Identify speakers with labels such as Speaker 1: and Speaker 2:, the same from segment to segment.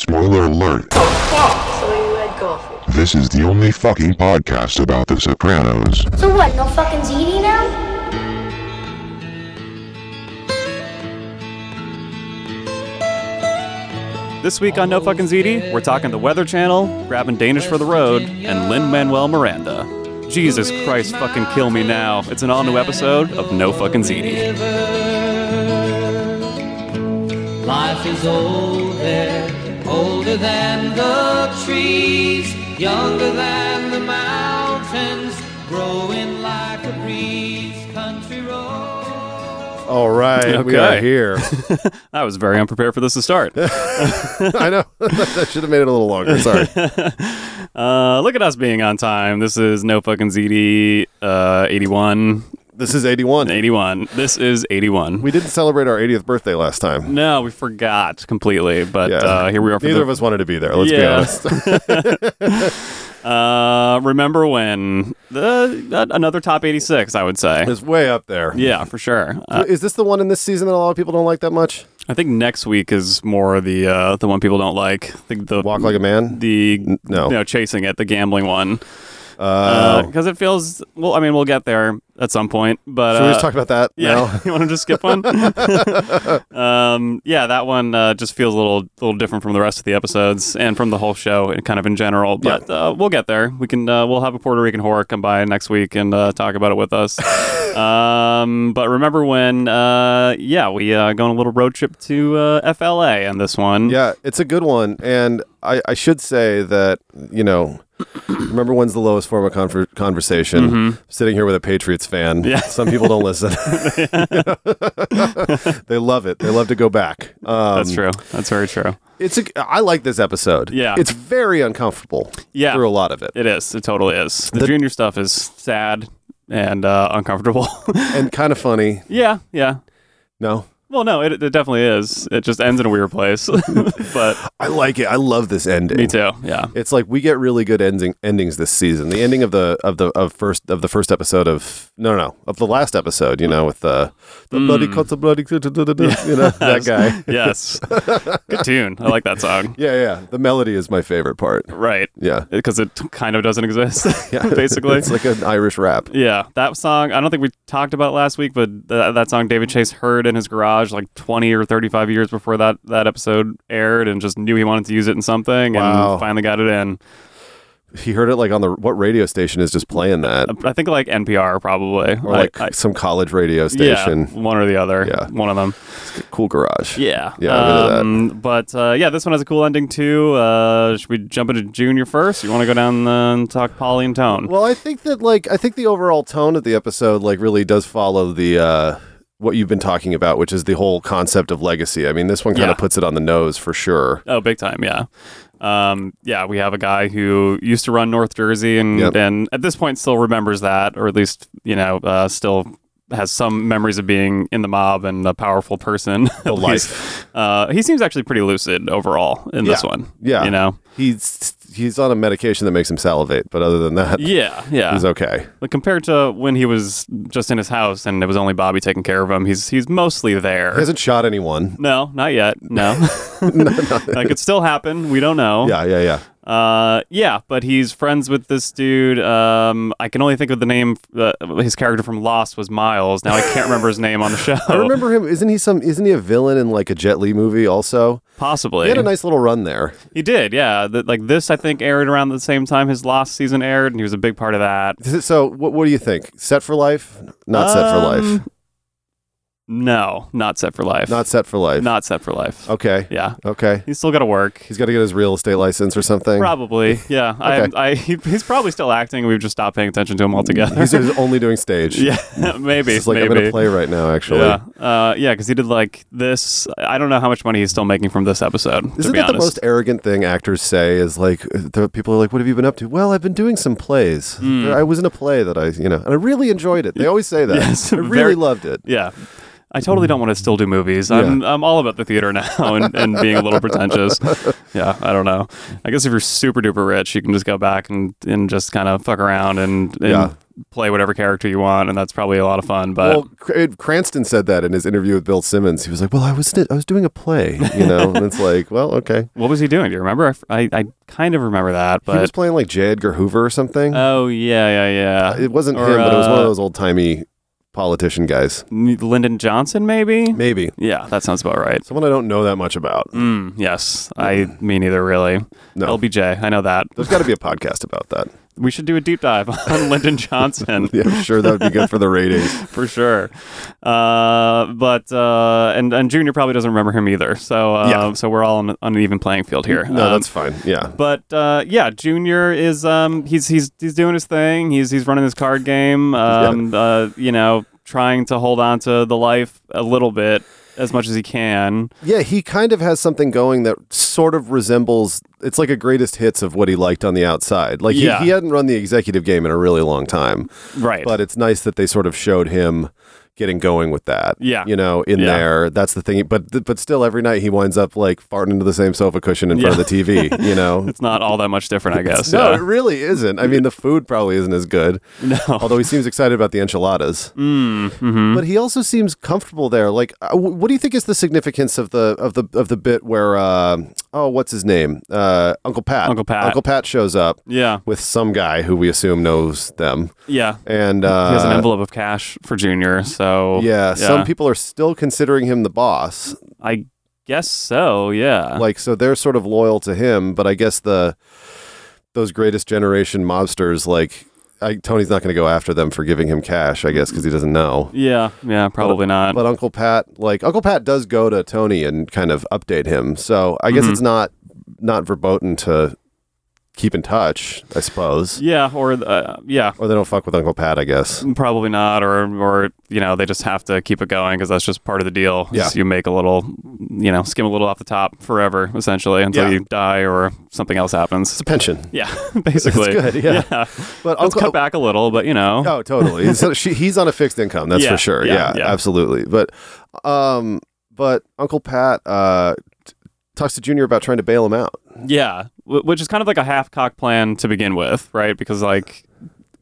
Speaker 1: Spoiler alert.
Speaker 2: So you read Garfield.
Speaker 1: This is the only fucking podcast about The Sopranos.
Speaker 3: So what, no fucking ZD now?
Speaker 4: This week on No Fucking ZD, we're talking the Weather Channel, grabbing Danish for the road, and Lin Manuel Miranda. Jesus Christ, fucking kill me now. It's an all new episode of No Fucking ZD.
Speaker 5: Life is older, older than the trees, younger than the mountains, growing like a breeze. Country road.
Speaker 6: All right, we are
Speaker 4: Okay.
Speaker 6: here.
Speaker 4: I was very unprepared for this to start.
Speaker 6: I know that should have made it a little longer. Sorry.
Speaker 4: Uh, look at us being on time. This is No Fucking ZD uh, 81.
Speaker 6: This is 81.
Speaker 4: 81. This is 81.
Speaker 6: We didn't celebrate our 80th birthday last time.
Speaker 4: no, we forgot completely, but
Speaker 6: Yeah.
Speaker 4: uh, here we are for
Speaker 6: Neither
Speaker 4: the
Speaker 6: of us wanted to be there. Let's be
Speaker 4: Yeah.
Speaker 6: honest.
Speaker 4: Uh, remember when the uh, another top 86 i would say
Speaker 6: it's way up there.
Speaker 4: yeah for sure uh,
Speaker 6: is this the one in this season that a lot of people don't like that much?
Speaker 4: i think next week is more the uh the one people don't like i think the
Speaker 6: Walk like a man.
Speaker 4: the
Speaker 6: no. Oh.
Speaker 4: you know, chasing it the gambling one because it feels well i mean we'll get there at some point but
Speaker 6: Should we
Speaker 4: uh,
Speaker 6: just talk about that
Speaker 4: yeah,
Speaker 6: now?
Speaker 4: you want to just skip one? um, yeah, that one uh, just feels a little, little different from the rest of the episodes and from the whole show, and kind of in general. But uh, we'll get there. We can, uh, we'll have a Puerto Rican horror come by next week and uh, talk about it with us. um, but remember when? Uh, yeah, we uh, go on a little road trip to uh, FLA on this one.
Speaker 6: Yeah, it's a good one. And I, I should say that, you know, remember when's the lowest form of conver- conversation? Sitting here with a Patriots fan.
Speaker 4: Mm-hmm. Yeah.
Speaker 6: Some people don't listen. they love it. They love to go back. Um,
Speaker 4: that's true. That's very true.
Speaker 6: It's a, I like this episode.
Speaker 4: Yeah.
Speaker 6: It's very uncomfortable
Speaker 4: Yeah.
Speaker 6: through a lot of it.
Speaker 4: It is. It totally is. The, junior stuff is sad and uh, uncomfortable.
Speaker 6: and kind of funny.
Speaker 4: yeah, yeah.
Speaker 6: No.
Speaker 4: Well, no, it, it definitely is. It just ends in a weird place, but
Speaker 6: I like it. I love this ending.
Speaker 4: me too. Yeah,
Speaker 6: It's like we get really good ending endings this season. The ending of the of the of first of the first episode of no no no of the last episode, you know, with the the bloody cut the bloody da- da- da- da- da, you know that guy.
Speaker 4: Hmm. yes, good tune. I like that song.
Speaker 6: Yeah, yeah. The melody is my favorite part.
Speaker 4: Right,
Speaker 6: Yeah,
Speaker 4: because it kind of doesn't exist,
Speaker 6: yeah.
Speaker 4: basically.
Speaker 6: it's like an Irish rap.
Speaker 4: yeah, that song. I don't think we talked about last week, but th- that song David Chase heard in his garage like twenty or thirty-five years before that that episode aired, and just knew he wanted to use it in something,
Speaker 6: Wow.
Speaker 4: and finally got it in.
Speaker 6: He heard it like on the what radio station is just playing that,
Speaker 4: I think like NPR probably,
Speaker 6: or like
Speaker 4: Um, I, I,
Speaker 6: some college radio
Speaker 4: yeah,
Speaker 6: station.
Speaker 4: one or the other.
Speaker 6: Yeah.
Speaker 4: one of them.
Speaker 6: Cool garage.
Speaker 4: Yeah.
Speaker 6: Yeah, I remember
Speaker 4: But uh, yeah, this one has a cool ending too. Uh, should we jump into Junior first? You want to go down uh, and talk Polly and Tone?
Speaker 6: Well, I think that like I think the overall tone of the episode like really does follow the uh what you've been talking about, which is the whole concept of legacy. I mean, this one kind
Speaker 4: Yeah.
Speaker 6: of puts it on the nose for sure.
Speaker 4: oh, big time. Yeah. Um, yeah, we have a guy who used to run North Jersey and,
Speaker 6: Yep.
Speaker 4: and at this point still remembers that, or at least, you know, uh, still has some memories of being in the mob and a powerful person. at least. Uh, he seems actually pretty lucid overall in this
Speaker 6: Yeah.
Speaker 4: one.
Speaker 6: Yeah.
Speaker 4: You know?
Speaker 6: He's he's on a medication that makes him salivate, but other than that,
Speaker 4: Yeah. Yeah.
Speaker 6: he's okay.
Speaker 4: Like compared to when he was just in his house and it was only Bobby taking care of him, he's he's mostly there.
Speaker 6: He hasn't shot anyone.
Speaker 4: no, not yet. No, that could still happen. We don't know.
Speaker 6: Yeah, yeah, yeah.
Speaker 4: uh, yeah. But he's friends with this dude. Um, I can only think of the name. Uh, his character from Lost was Miles. Now I can't remember his name on the show.
Speaker 6: I remember him. Isn't he some? Isn't he a villain in like a Jet Li movie? Also,
Speaker 4: possibly
Speaker 6: he had a nice little run there.
Speaker 4: He did. Yeah, Th- like this. I think aired around the same time his Lost season aired, and he was a big part of that.
Speaker 6: Is it- So, what, what do you think? Set for life? Not set for life.
Speaker 4: Um, No, not set for life.
Speaker 6: Not set for life.
Speaker 4: not set for life.
Speaker 6: okay.
Speaker 4: Yeah.
Speaker 6: Okay.
Speaker 4: He's still got to work.
Speaker 6: He's got to get his real estate license or something.
Speaker 4: Probably, yeah. I,
Speaker 6: Okay.
Speaker 4: I, he, he's probably still acting. We've just stopped paying attention to him altogether.
Speaker 6: He's just only doing stage.
Speaker 4: yeah, maybe.
Speaker 6: It's like
Speaker 4: maybe.
Speaker 6: I'm in a play right now. Actually,
Speaker 4: yeah, uh, yeah, because he did like this. I don't know how much money he's still making from this episode. to
Speaker 6: isn't
Speaker 4: be
Speaker 6: that
Speaker 4: honest,
Speaker 6: the most arrogant thing actors say? Is like the people are like, "What have you been up to?" Well, I've been doing some plays.
Speaker 4: Hmm.
Speaker 6: I was in a play that I, you know, and I really enjoyed it. They always say that.
Speaker 4: Yes,
Speaker 6: I really
Speaker 4: very-
Speaker 6: loved it.
Speaker 4: yeah. I totally don't want to still do movies. I'm, I'm all about the theater now and, and being a little pretentious. Yeah, I don't know. I guess if you're super duper rich, you can just go back and, and just kind of fuck around and, and
Speaker 6: Yeah.
Speaker 4: play whatever character you want, and that's probably a lot of fun. But
Speaker 6: well, Cr- Cranston said that in his interview with Bill Simmons. He was like, "Well, I was I was doing a play, you know," and it's like, "Well, okay."
Speaker 4: what was he doing? Do you remember? I f- I, I kind of remember that,
Speaker 6: he was
Speaker 4: but
Speaker 6: playing like J. Edgar Hoover or something.
Speaker 4: oh yeah, yeah, yeah.
Speaker 6: it wasn't
Speaker 4: or,
Speaker 6: him, but it was one
Speaker 4: uh,
Speaker 6: of those old timey politician guys.
Speaker 4: N- Lyndon Johnson, maybe.
Speaker 6: Maybe
Speaker 4: Yeah, that sounds about right.
Speaker 6: someone I don't know that much about.
Speaker 4: Mm, yes, I me neither really.
Speaker 6: No.
Speaker 4: LBJ, I know that.
Speaker 6: There's got to be a podcast about that.
Speaker 4: We should do a deep dive on Lyndon Johnson.
Speaker 6: Yeah, I'm sure that would be good for the ratings.
Speaker 4: for sure. Uh, but uh, and and Junior probably doesn't remember him either. So uh,
Speaker 6: Yeah.
Speaker 4: so we're all on, on an even playing field here.
Speaker 6: No,
Speaker 4: Um,
Speaker 6: that's fine. Yeah.
Speaker 4: But uh, yeah, Junior is um, he's he's he's doing his thing. He's he's running his card game. Um, uh, you know, trying to hold on to the life a little bit as much as he can.
Speaker 6: Yeah, he kind of has something going that sort of resembles it's like a greatest hits of what he liked on the outside. Like
Speaker 4: Yeah.
Speaker 6: he, he hadn't run the executive game in a really long time.
Speaker 4: Right.
Speaker 6: But it's nice that they sort of showed him getting going with that.
Speaker 4: Yeah.
Speaker 6: You know, in
Speaker 4: Yeah.
Speaker 6: there. That's the thing. But th- but still every night he winds up like farting into the same sofa cushion in front of the TV, you know.
Speaker 4: it's not all that much different, I guess.
Speaker 6: no, it
Speaker 4: yeah.
Speaker 6: really isn't. I mean, the food probably isn't as good.
Speaker 4: no. Mm, mm-hmm.
Speaker 6: Although he seems excited about the enchiladas, but he also seems comfortable there. Like, uh, wh- what do you think is the significance of the of the of the bit where uh, oh, what's his name, uh, Uncle Pat?
Speaker 4: Uncle Pat.
Speaker 6: Uncle Pat shows up
Speaker 4: Yeah.
Speaker 6: with some guy who we assume knows them,
Speaker 4: Yeah.
Speaker 6: and
Speaker 4: He has an
Speaker 6: uh,
Speaker 4: envelope of cash for Junior, so
Speaker 6: yeah, some people are still considering him the boss.
Speaker 4: I guess so. Yeah.
Speaker 6: Like, so they're sort of loyal to him, but I guess the those greatest generation mobsters like. I, Tony's not going to go after them for giving him cash, I guess, because he doesn't know.
Speaker 4: Yeah, yeah, probably not.
Speaker 6: but Uncle Pat, like Uncle Pat, does go to Tony and kind of update him. So I guess
Speaker 4: Mm-hmm.
Speaker 6: it's not not verboten to keep in touch, I suppose.
Speaker 4: yeah, Mm. or uh, yeah,
Speaker 6: Or they don't fuck with Uncle Pat, I guess.
Speaker 4: probably not. Or or you know, they just have to keep it going because that's just part of the deal.
Speaker 6: Yeah.
Speaker 4: is you make a little, you know, skim a little off the top forever, essentially, until
Speaker 6: Yeah.
Speaker 4: you die or something else happens.
Speaker 6: It's a pension.
Speaker 4: Yeah, basically.
Speaker 6: good, yeah.
Speaker 4: But
Speaker 6: But
Speaker 4: Let's
Speaker 6: Uncle-
Speaker 4: cut back a little, but you know,
Speaker 6: Oh, totally. so she, he's on a fixed income, that's
Speaker 4: Yeah,
Speaker 6: for sure.
Speaker 4: yeah,
Speaker 6: Yeah,
Speaker 4: yeah.
Speaker 6: absolutely. But um, but Uncle Pat uh, t- talks to Junior about trying to bail him out.
Speaker 4: yeah, wh- which is kind of like a half cock plan to begin with, right? Because like.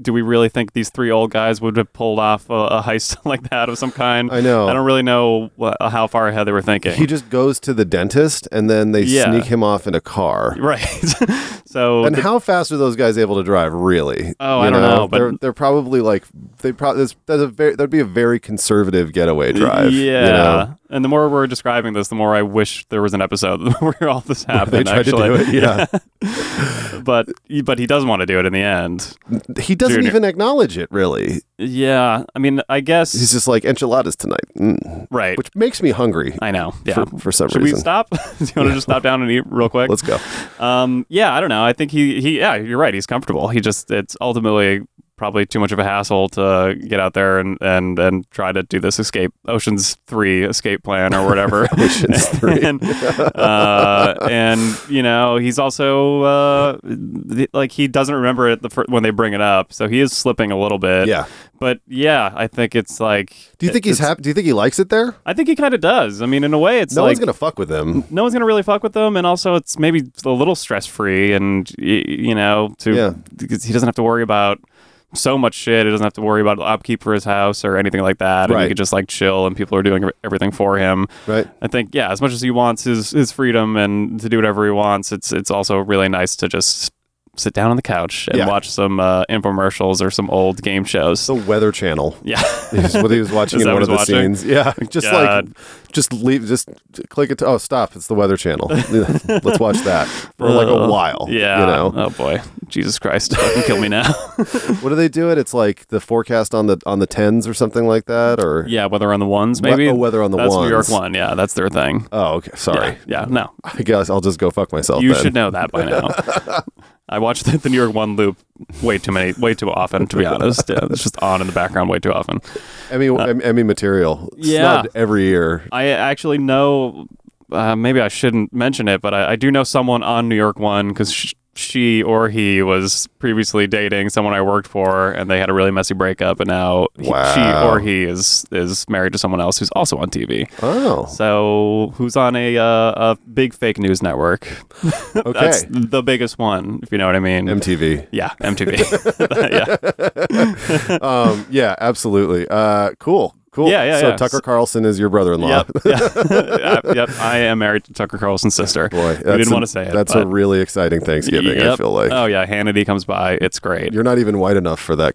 Speaker 4: Do we really think these three old guys would have pulled off a, a heist like that of some kind?
Speaker 6: I know.
Speaker 4: I don't really know wha how far ahead they were thinking.
Speaker 6: He just goes to the dentist, and then they
Speaker 4: Yeah.
Speaker 6: sneak him off in a car.
Speaker 4: Right. so
Speaker 6: And how fast are those guys able to drive? Really?
Speaker 4: Oh, I don't know, but-
Speaker 6: they're they're probably like they probably that's, that's a very that'd be a very conservative getaway drive. you
Speaker 4: Yeah.
Speaker 6: know?
Speaker 4: And the more we're describing this, the more I wish there was an episode where all this happened.
Speaker 6: They tried
Speaker 4: actually.
Speaker 6: to do it. Yeah.
Speaker 4: But but he doesn't want to do it in the end.
Speaker 6: he doesn't
Speaker 4: Junior.
Speaker 6: even acknowledge it. Really,
Speaker 4: Yeah. I mean, I guess
Speaker 6: he's just like enchiladas tonight, Mm.
Speaker 4: right.
Speaker 6: which makes me hungry.
Speaker 4: I know. Yeah.
Speaker 6: for some
Speaker 4: Should we
Speaker 6: reason.
Speaker 4: stop? Do you want to just stop down and eat real quick?
Speaker 6: Let's go.
Speaker 4: Um, yeah, I don't know. I think he, he, yeah, you're right. He's comfortable. He just, it's ultimately probably too much of a hassle to get out there and, and, and try to do this escape, Ocean's 3 escape plan or whatever.
Speaker 6: Ocean's 3.
Speaker 4: and, uh, and, you know, he's also, uh, th- like, he doesn't remember it the fir- when they bring it up. So he is slipping a little bit.
Speaker 6: Yeah.
Speaker 4: But yeah, I think it's like.
Speaker 6: Do you think he's
Speaker 4: it's-
Speaker 6: happy? Do you think he likes it there?
Speaker 4: I think he kind of does. I mean, in a way, it's
Speaker 6: No
Speaker 4: like
Speaker 6: one's gonna fuck with him.
Speaker 4: no one's gonna really fuck with them, and also it's maybe a little stress free, and y- you know, to
Speaker 6: Yeah.
Speaker 4: because he doesn't have to worry about so much shit. He doesn't have to worry about upkeep for his house or anything like that, and he
Speaker 6: Right.
Speaker 4: can just like chill, and people are doing everything for him.
Speaker 6: Right.
Speaker 4: I think yeah, as much as he wants his his freedom and to do whatever he wants, it's it's also really nice to just sit down on the couch and
Speaker 6: Yeah.
Speaker 4: watch some uh, infomercials or some old game shows.
Speaker 6: The Weather Channel.
Speaker 4: yeah,
Speaker 6: Is what he was watching
Speaker 4: Is
Speaker 6: in
Speaker 4: that
Speaker 6: one of the
Speaker 4: what he's watching?
Speaker 6: scenes. Yeah, just
Speaker 4: God.
Speaker 6: like, just leave, just click it. To, oh, stop! It's the Weather Channel. Let's watch that for like a
Speaker 4: Ugh.
Speaker 6: while.
Speaker 4: Uh, yeah.
Speaker 6: you know
Speaker 4: Oh boy, Jesus Christ, fucking kill me now. Uh,
Speaker 6: what do they do? It. It's like the forecast on the on the tens or something like that. Or
Speaker 4: Yeah, weather on the ones,
Speaker 6: We-
Speaker 4: maybe.
Speaker 6: oh, Weather on the
Speaker 4: that's New York
Speaker 6: Ones.
Speaker 4: one. Yeah, that's their thing.
Speaker 6: oh, okay. Sorry.
Speaker 4: Yeah, yeah, no,
Speaker 6: I guess I'll just go fuck myself.
Speaker 4: you
Speaker 6: then.
Speaker 4: should know that by now. I watched the, the New York one loop way too many, way too often. To be honest, yeah, it's just on in the background way too often.
Speaker 6: Emmy Em- Emmy material. It's
Speaker 4: Uh, yeah.
Speaker 6: snubbed every year.
Speaker 4: I actually know. Uh, maybe I shouldn't mention it, but I, I do know someone on New York One because she or he was previously dating someone I worked for, and they had a really messy breakup, and now he- she
Speaker 6: Wow.
Speaker 4: or he is is married to someone else who's also on TV.
Speaker 6: Oh,
Speaker 4: So who's on a uh, a big fake news network?
Speaker 6: okay.
Speaker 4: That's the biggest one, if you know what I mean.
Speaker 6: MTV.
Speaker 4: yeah, MTV. yeah.
Speaker 6: Um, yeah, absolutely. Uh, cool, cool.
Speaker 4: Yeah, yeah,
Speaker 6: So
Speaker 4: yeah.
Speaker 6: Tucker Carlson is your brother-in-law.
Speaker 4: Yep. Yeah. yep. I am married to Tucker Carlson's sister.
Speaker 6: Boy,
Speaker 4: you
Speaker 6: that's
Speaker 4: didn't
Speaker 6: a-
Speaker 4: want to say it.
Speaker 6: That's
Speaker 4: but-
Speaker 6: a really exciting Thanksgiving. I
Speaker 4: Yep.
Speaker 6: feel like
Speaker 4: Oh yeah, Hannity comes by. It's great.
Speaker 6: you're not even white enough for that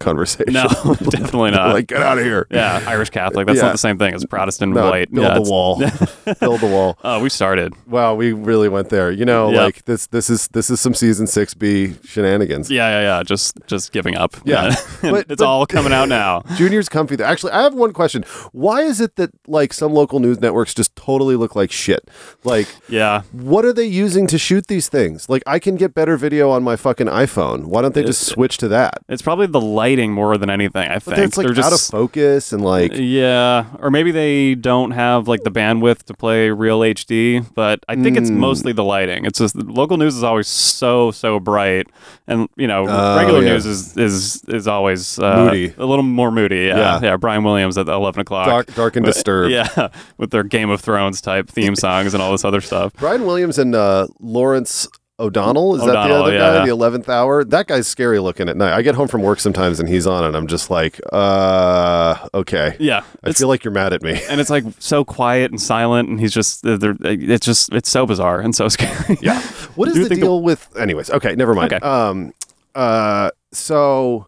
Speaker 6: conversation.
Speaker 4: no, definitely not.
Speaker 6: like get out of here.
Speaker 4: yeah, Irish Catholic. That's
Speaker 6: Yeah.
Speaker 4: not the same thing as Protestant
Speaker 6: No,
Speaker 4: white.
Speaker 6: build
Speaker 4: yeah,
Speaker 6: the
Speaker 4: it's-
Speaker 6: wall. build the wall.
Speaker 4: Oh, we started.
Speaker 6: Wow, we really went there. You know,
Speaker 4: Yep.
Speaker 6: like this. This is this is some season six B shenanigans.
Speaker 4: Yeah, yeah, yeah. Just, just giving up.
Speaker 6: Yeah. But-
Speaker 4: it's
Speaker 6: but-
Speaker 4: all coming out now.
Speaker 6: Junior's comfy there. Actually, I have one question. Why is it that like some local news networks just totally look like shit? Like,
Speaker 4: Yeah.
Speaker 6: what are they using to shoot these things? Like, I can get better video on my fucking iPhone. Why don't they just switch to that?
Speaker 4: It's probably the lighting more than anything. I think
Speaker 6: It's like
Speaker 4: they're
Speaker 6: out of
Speaker 4: just
Speaker 6: focus and like
Speaker 4: yeah, or maybe they don't have like the bandwidth to play real HD. But I think
Speaker 6: Hmm.
Speaker 4: it's mostly the lighting. It's just local news is always so so bright, and you know
Speaker 6: Oh,
Speaker 4: regular
Speaker 6: yeah.
Speaker 4: news is is is always uh,
Speaker 6: Moody.
Speaker 4: a little more moody. Yeah, yeah.
Speaker 6: Yeah.
Speaker 4: Brian Williams at eleven o'clock.
Speaker 6: dark, dark and disturbed.
Speaker 4: yeah, with their Game of Thrones type theme songs and all this other stuff.
Speaker 6: Brian Williams and uh, Lawrence O'Donnell is that
Speaker 4: O'Donnell,
Speaker 6: the other
Speaker 4: yeah.
Speaker 6: guy? The eleventh hour. That guy's scary looking at night. I get home from work sometimes and he's on, and I'm just like, uh, okay.
Speaker 4: Yeah,
Speaker 6: I
Speaker 4: it's-
Speaker 6: feel like you're mad at me.
Speaker 4: and it's like so quiet and silent, and he's just they're- they're- it's just it's so bizarre and so scary.
Speaker 6: Yeah. What is
Speaker 4: Do you
Speaker 6: the
Speaker 4: think the-
Speaker 6: deal with? Anyways, okay, never mind.
Speaker 4: Okay.
Speaker 6: Um, uh, so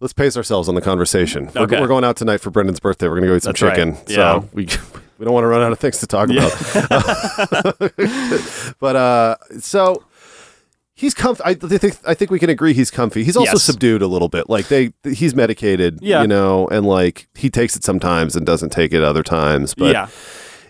Speaker 6: let's pace ourselves on the conversation. We're,
Speaker 4: Okay.
Speaker 6: we're going out tonight for Brendan's birthday. We're gonna go eat some
Speaker 4: That's right.
Speaker 6: chicken.
Speaker 4: Yeah.
Speaker 6: So we. We don't want to run out of things to talk about. but uh, so he's comfy. I th- think I think we can agree he's comfy. He's also
Speaker 4: Yes.
Speaker 6: subdued a little bit. Like they, he's medicated.
Speaker 4: Yeah.
Speaker 6: You know, and like he takes it sometimes and doesn't take it other times. But
Speaker 4: yeah.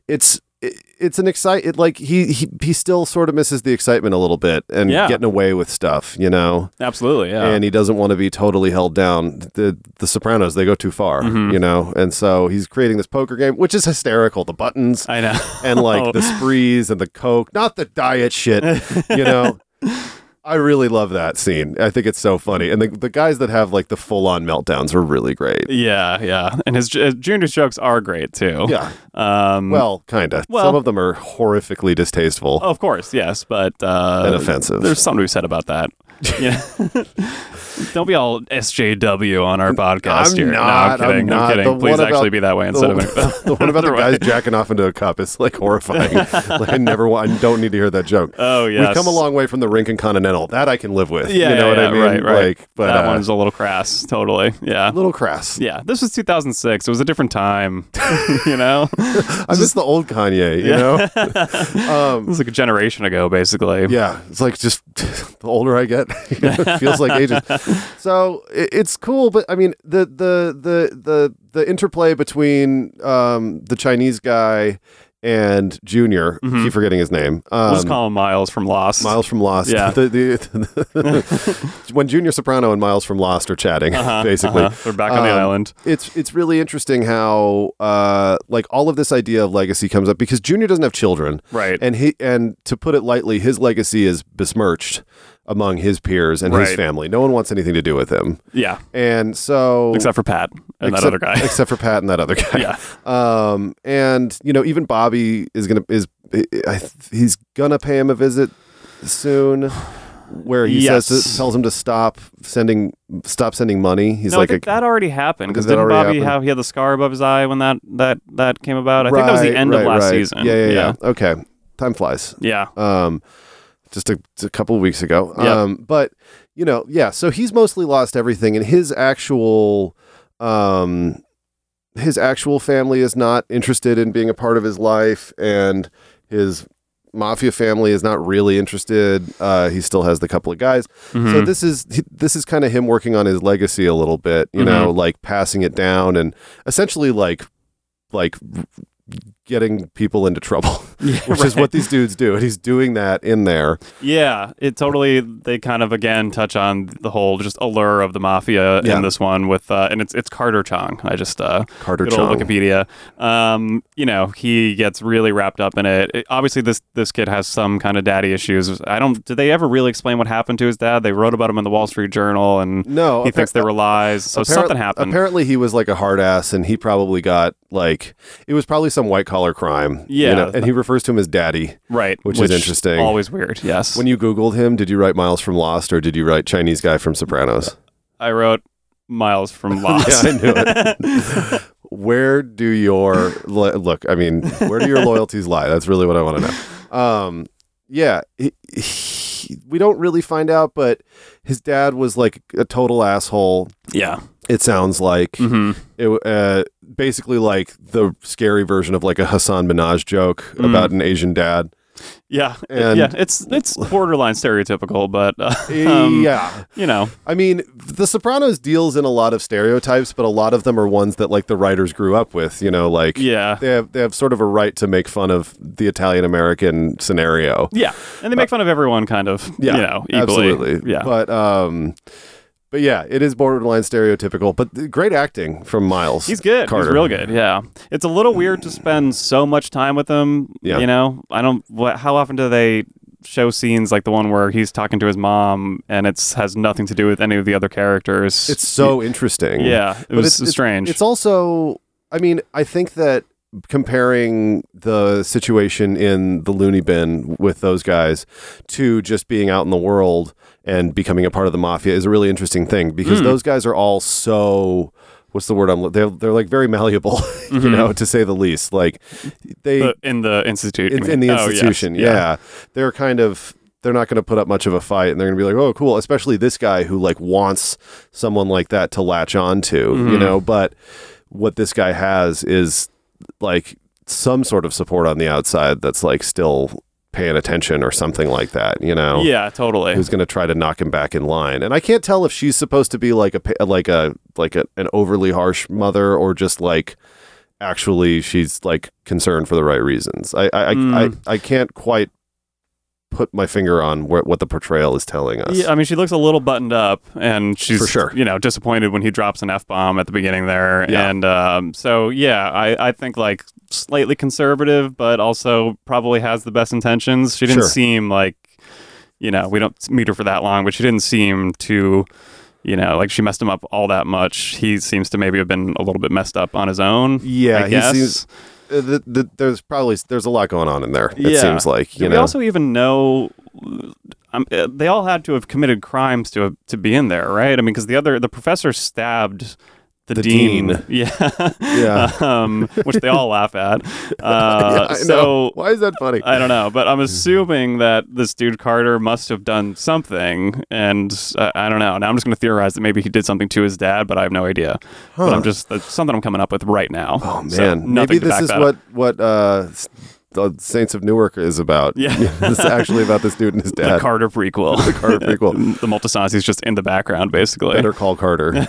Speaker 6: it's it- it's an excite it like he, he he still sort of misses the excitement a little bit and
Speaker 4: Yeah.
Speaker 6: getting away with stuff you know
Speaker 4: Absolutely, yeah.
Speaker 6: and he doesn't want to be totally held down the the sopranos they go too far
Speaker 4: Mm-hmm.
Speaker 6: you know and so he's creating this poker game which is hysterical the buttons
Speaker 4: I know.
Speaker 6: and like the sprees and the coke not the diet shit you know I really love that scene. I think it's so funny. And the, the guys that have like the full on meltdowns were really great.
Speaker 4: yeah, yeah. And his, his junior's jokes are great too.
Speaker 6: Yeah.
Speaker 4: Um,
Speaker 6: Well, kind of.
Speaker 4: Well-
Speaker 6: Some of them are horrifically distasteful.
Speaker 4: of course, yes, but uh,
Speaker 6: And offensive.
Speaker 4: There's something to be said about that. Yeah. Don't be all SJW on our podcast
Speaker 6: I'm
Speaker 4: here.
Speaker 6: Not,
Speaker 4: no, I'm kidding.
Speaker 6: I'm not.
Speaker 4: kidding.
Speaker 6: The
Speaker 4: Please
Speaker 6: one
Speaker 4: actually
Speaker 6: about-
Speaker 4: be that way instead
Speaker 6: the,
Speaker 4: of
Speaker 6: the one about the guys
Speaker 4: Otherwise-
Speaker 6: jacking off into a cup is like horrifying. like I never want. I don't need to hear that joke.
Speaker 4: Oh, yes.
Speaker 6: We've come a long way from the Rincon Continental. That I can live with.
Speaker 4: Yeah,
Speaker 6: you know
Speaker 4: yeah,
Speaker 6: what
Speaker 4: yeah,
Speaker 6: I mean.
Speaker 4: Right, right.
Speaker 6: Like, but
Speaker 4: that
Speaker 6: uh,
Speaker 4: one's a little crass. Totally. Yeah.
Speaker 6: a little crass.
Speaker 4: Yeah. This was 2006. It was a different time. you know, it
Speaker 6: I miss the old Kanye. You know.
Speaker 4: was like a generation ago, basically.
Speaker 6: Yeah, it's like just the older I get, it feels like ages. So it, it's cool, but I mean the the the the the interplay between um, the Chinese guy and Junior,
Speaker 4: Mm-hmm.
Speaker 6: keep forgetting his name. Um,
Speaker 4: We'll just call him Miles from Lost.
Speaker 6: Miles from Lost.
Speaker 4: Yeah.
Speaker 6: The- the- when Junior Soprano and Miles from Lost are chatting, basically,
Speaker 4: Uh-huh. They're back on the
Speaker 6: Um,
Speaker 4: island.
Speaker 6: It's it's really interesting how uh, like all of this idea of legacy comes up because Junior doesn't have children,
Speaker 4: Right.
Speaker 6: And he and to put it lightly, his legacy is besmirched among his peers and his
Speaker 4: Right.
Speaker 6: family. No one wants anything to do with him,
Speaker 4: Yeah.
Speaker 6: and so
Speaker 4: except for Pat and that
Speaker 6: except-
Speaker 4: other guy.
Speaker 6: except for Pat and that other guy.
Speaker 4: yeah,
Speaker 6: Um, and you know, even Bobby is gonna is I, he's gonna pay him a visit soon, where he says
Speaker 4: Yes.
Speaker 6: tells him to stop sending stop sending money. He's
Speaker 4: no,
Speaker 6: like
Speaker 4: I think
Speaker 6: a,
Speaker 4: that already happened because
Speaker 6: Did that
Speaker 4: didn't
Speaker 6: already
Speaker 4: Bobby
Speaker 6: happen?
Speaker 4: have he had the scar above his eye when that that that came about? I think that was the
Speaker 6: Right,
Speaker 4: end of
Speaker 6: right,
Speaker 4: last
Speaker 6: right.
Speaker 4: season.
Speaker 6: Yeah, yeah, yeah, Okay, time flies.
Speaker 4: yeah.
Speaker 6: Um, just a, just a couple of weeks ago.
Speaker 4: Yeah.
Speaker 6: Um, but you know, yeah. So he's mostly lost everything, and his actual um his actual family is not interested in being a part of his life and his mafia family is not really interested uh, he still has the couple of guys so
Speaker 4: Mm-hmm.
Speaker 6: this is he- this is kind of him working on his legacy a little
Speaker 4: Mm-hmm.
Speaker 6: bit you know like passing it down and essentially like like getting people into trouble,
Speaker 4: Yeah,
Speaker 6: which is what these dudes do. And he's doing that in there.
Speaker 4: Yeah, it totally. They kind of again touch on the whole just allure of the mafia
Speaker 6: Yeah.
Speaker 4: in this one with, uh, and it's it's Carter Chong. I just uh,
Speaker 6: Carter
Speaker 4: good old
Speaker 6: Chong.
Speaker 4: Wikipedia. Um, you know, he gets really wrapped up in it. It- Obviously, this this kid has some kind of daddy issues. I don't. Did they ever really explain what happened to his dad? They wrote about him in the Wall Street Journal, and
Speaker 6: No,
Speaker 4: he
Speaker 6: appar-
Speaker 4: thinks they were lies. So
Speaker 6: Appar-
Speaker 4: something happened.
Speaker 6: Apparently, he was like a hard ass, and he probably got like it was probably some white collar crime. you
Speaker 4: Yeah.
Speaker 6: know, and he refers to him as daddy.
Speaker 4: Right,
Speaker 6: which is interesting.
Speaker 4: Always weird. Yes,
Speaker 6: When you Googled him, did you write Miles from Lost or did you write Chinese guy from Sopranos?
Speaker 4: I wrote Miles from Lost.
Speaker 6: Yeah, I knew it. where do your lo- look? I mean, where do your loyalties lie? That's really what I want to know. Um, yeah, he- he- we don't really find out, but his dad was like a total asshole.
Speaker 4: yeah.
Speaker 6: It sounds like
Speaker 4: hmm
Speaker 6: it, w- uh, basically like the scary version of like a Hassan Minaj joke about an Asian dad.
Speaker 4: Yeah, it-
Speaker 6: And-
Speaker 4: yeah, it's it's borderline stereotypical, but uh, um,
Speaker 6: yeah,
Speaker 4: you know,
Speaker 6: I mean, The Sopranos deals in a lot of stereotypes, but a lot of them are ones that like the writers grew up with. You know, like
Speaker 4: yeah,
Speaker 6: they have they have sort of a right to make fun of the Italian American scenario.
Speaker 4: yeah, and they make fun of everyone, kind of,
Speaker 6: Yeah,
Speaker 4: you know, equally,
Speaker 6: absolutely.
Speaker 4: yeah,
Speaker 6: but um, but yeah, it is borderline stereotypical, but th- great acting from Miles.
Speaker 4: he's good,
Speaker 6: Carter.
Speaker 4: he's real good, yeah. It's a little weird to spend so much time with him,
Speaker 6: Yeah.
Speaker 4: you know. I don't, what, how often do they show scenes like the one where he's talking to his mom and it's has nothing to do with any of the other characters?
Speaker 6: It's so interesting.
Speaker 4: yeah, it
Speaker 6: But
Speaker 4: was
Speaker 6: it's- it's-
Speaker 4: strange.
Speaker 6: It's also, I mean, I think that comparing the situation in the loony bin with those guys to just being out in the world and becoming a part of the mafia is a really interesting thing because
Speaker 4: Hmm.
Speaker 6: those guys are all so what's the word I'm they're, they're like very malleable
Speaker 4: Mm-hmm.
Speaker 6: you know to say the least like they
Speaker 4: The- Uh, in the institute, you
Speaker 6: in, in
Speaker 4: mean.
Speaker 6: the
Speaker 4: Oh, yes,
Speaker 6: institution. yeah. they're kind of they're not going to put up much of a fight, and they're going to be like, "Oh, cool." Especially this guy who like wants someone like that to latch on to,
Speaker 4: Mm-hmm.
Speaker 6: you know. But what this guy has is like some sort of support on the outside that's like still paying attention or something like that, you know.
Speaker 4: yeah, totally.
Speaker 6: Who's going to try to knock him back in line? And I can't tell if she's supposed to be like a pa- like a like a, an overly harsh mother or just like actually she's like concerned for the right reasons. I I I,
Speaker 4: Mm.
Speaker 6: I, I can't quite put my finger on where, what the portrayal is telling us.
Speaker 4: Yeah, I mean, she looks a little buttoned up, and she's
Speaker 6: For sure.
Speaker 4: you know, disappointed when he drops an f bomb at the beginning there.
Speaker 6: Yeah.
Speaker 4: And um, so, yeah, I, I think like slightly conservative, but also probably has the best intentions. She didn't
Speaker 6: Sure.
Speaker 4: seem like, you know, we don't meet her for that long, but she didn't seem to. You know, like she messed him up all that much. He seems to maybe have been a little bit messed up on his own.
Speaker 6: Yeah,
Speaker 4: I
Speaker 6: he
Speaker 4: guess.
Speaker 6: seems- Uh, the, the, there's probably there's a lot going on in there. It
Speaker 4: Yeah.
Speaker 6: seems like
Speaker 4: Do
Speaker 6: you
Speaker 4: we
Speaker 6: know.
Speaker 4: also even know? Um, uh, they all had to have committed crimes to have, to be in there, right? I mean, because the other the professor stabbed the,
Speaker 6: The
Speaker 4: dean.
Speaker 6: dean.
Speaker 4: yeah,
Speaker 6: Yeah.
Speaker 4: um, which they all laugh at.
Speaker 6: Yeah,
Speaker 4: Uh,
Speaker 6: I know.
Speaker 4: so
Speaker 6: Why Mm-hmm. is that funny?
Speaker 4: I don't know, but I'm assuming that this dude Carter must have done something, and uh, I don't know. Now I'm just going to theorize that maybe he did something to his dad, but I have no idea. But I'm just that's something I'm coming up with right now.
Speaker 6: Oh man,
Speaker 4: So, nothing
Speaker 6: maybe
Speaker 4: to
Speaker 6: this
Speaker 4: back
Speaker 6: is
Speaker 4: that
Speaker 6: what
Speaker 4: up.
Speaker 6: what uh, s- the Saints of Newark is about.
Speaker 4: Yeah.
Speaker 6: this is actually about this dude and his
Speaker 4: the
Speaker 6: dad.
Speaker 4: Carter prequel.
Speaker 6: The Carter prequel.
Speaker 4: the Multisanti is just in the background, basically.
Speaker 6: Better call Carter.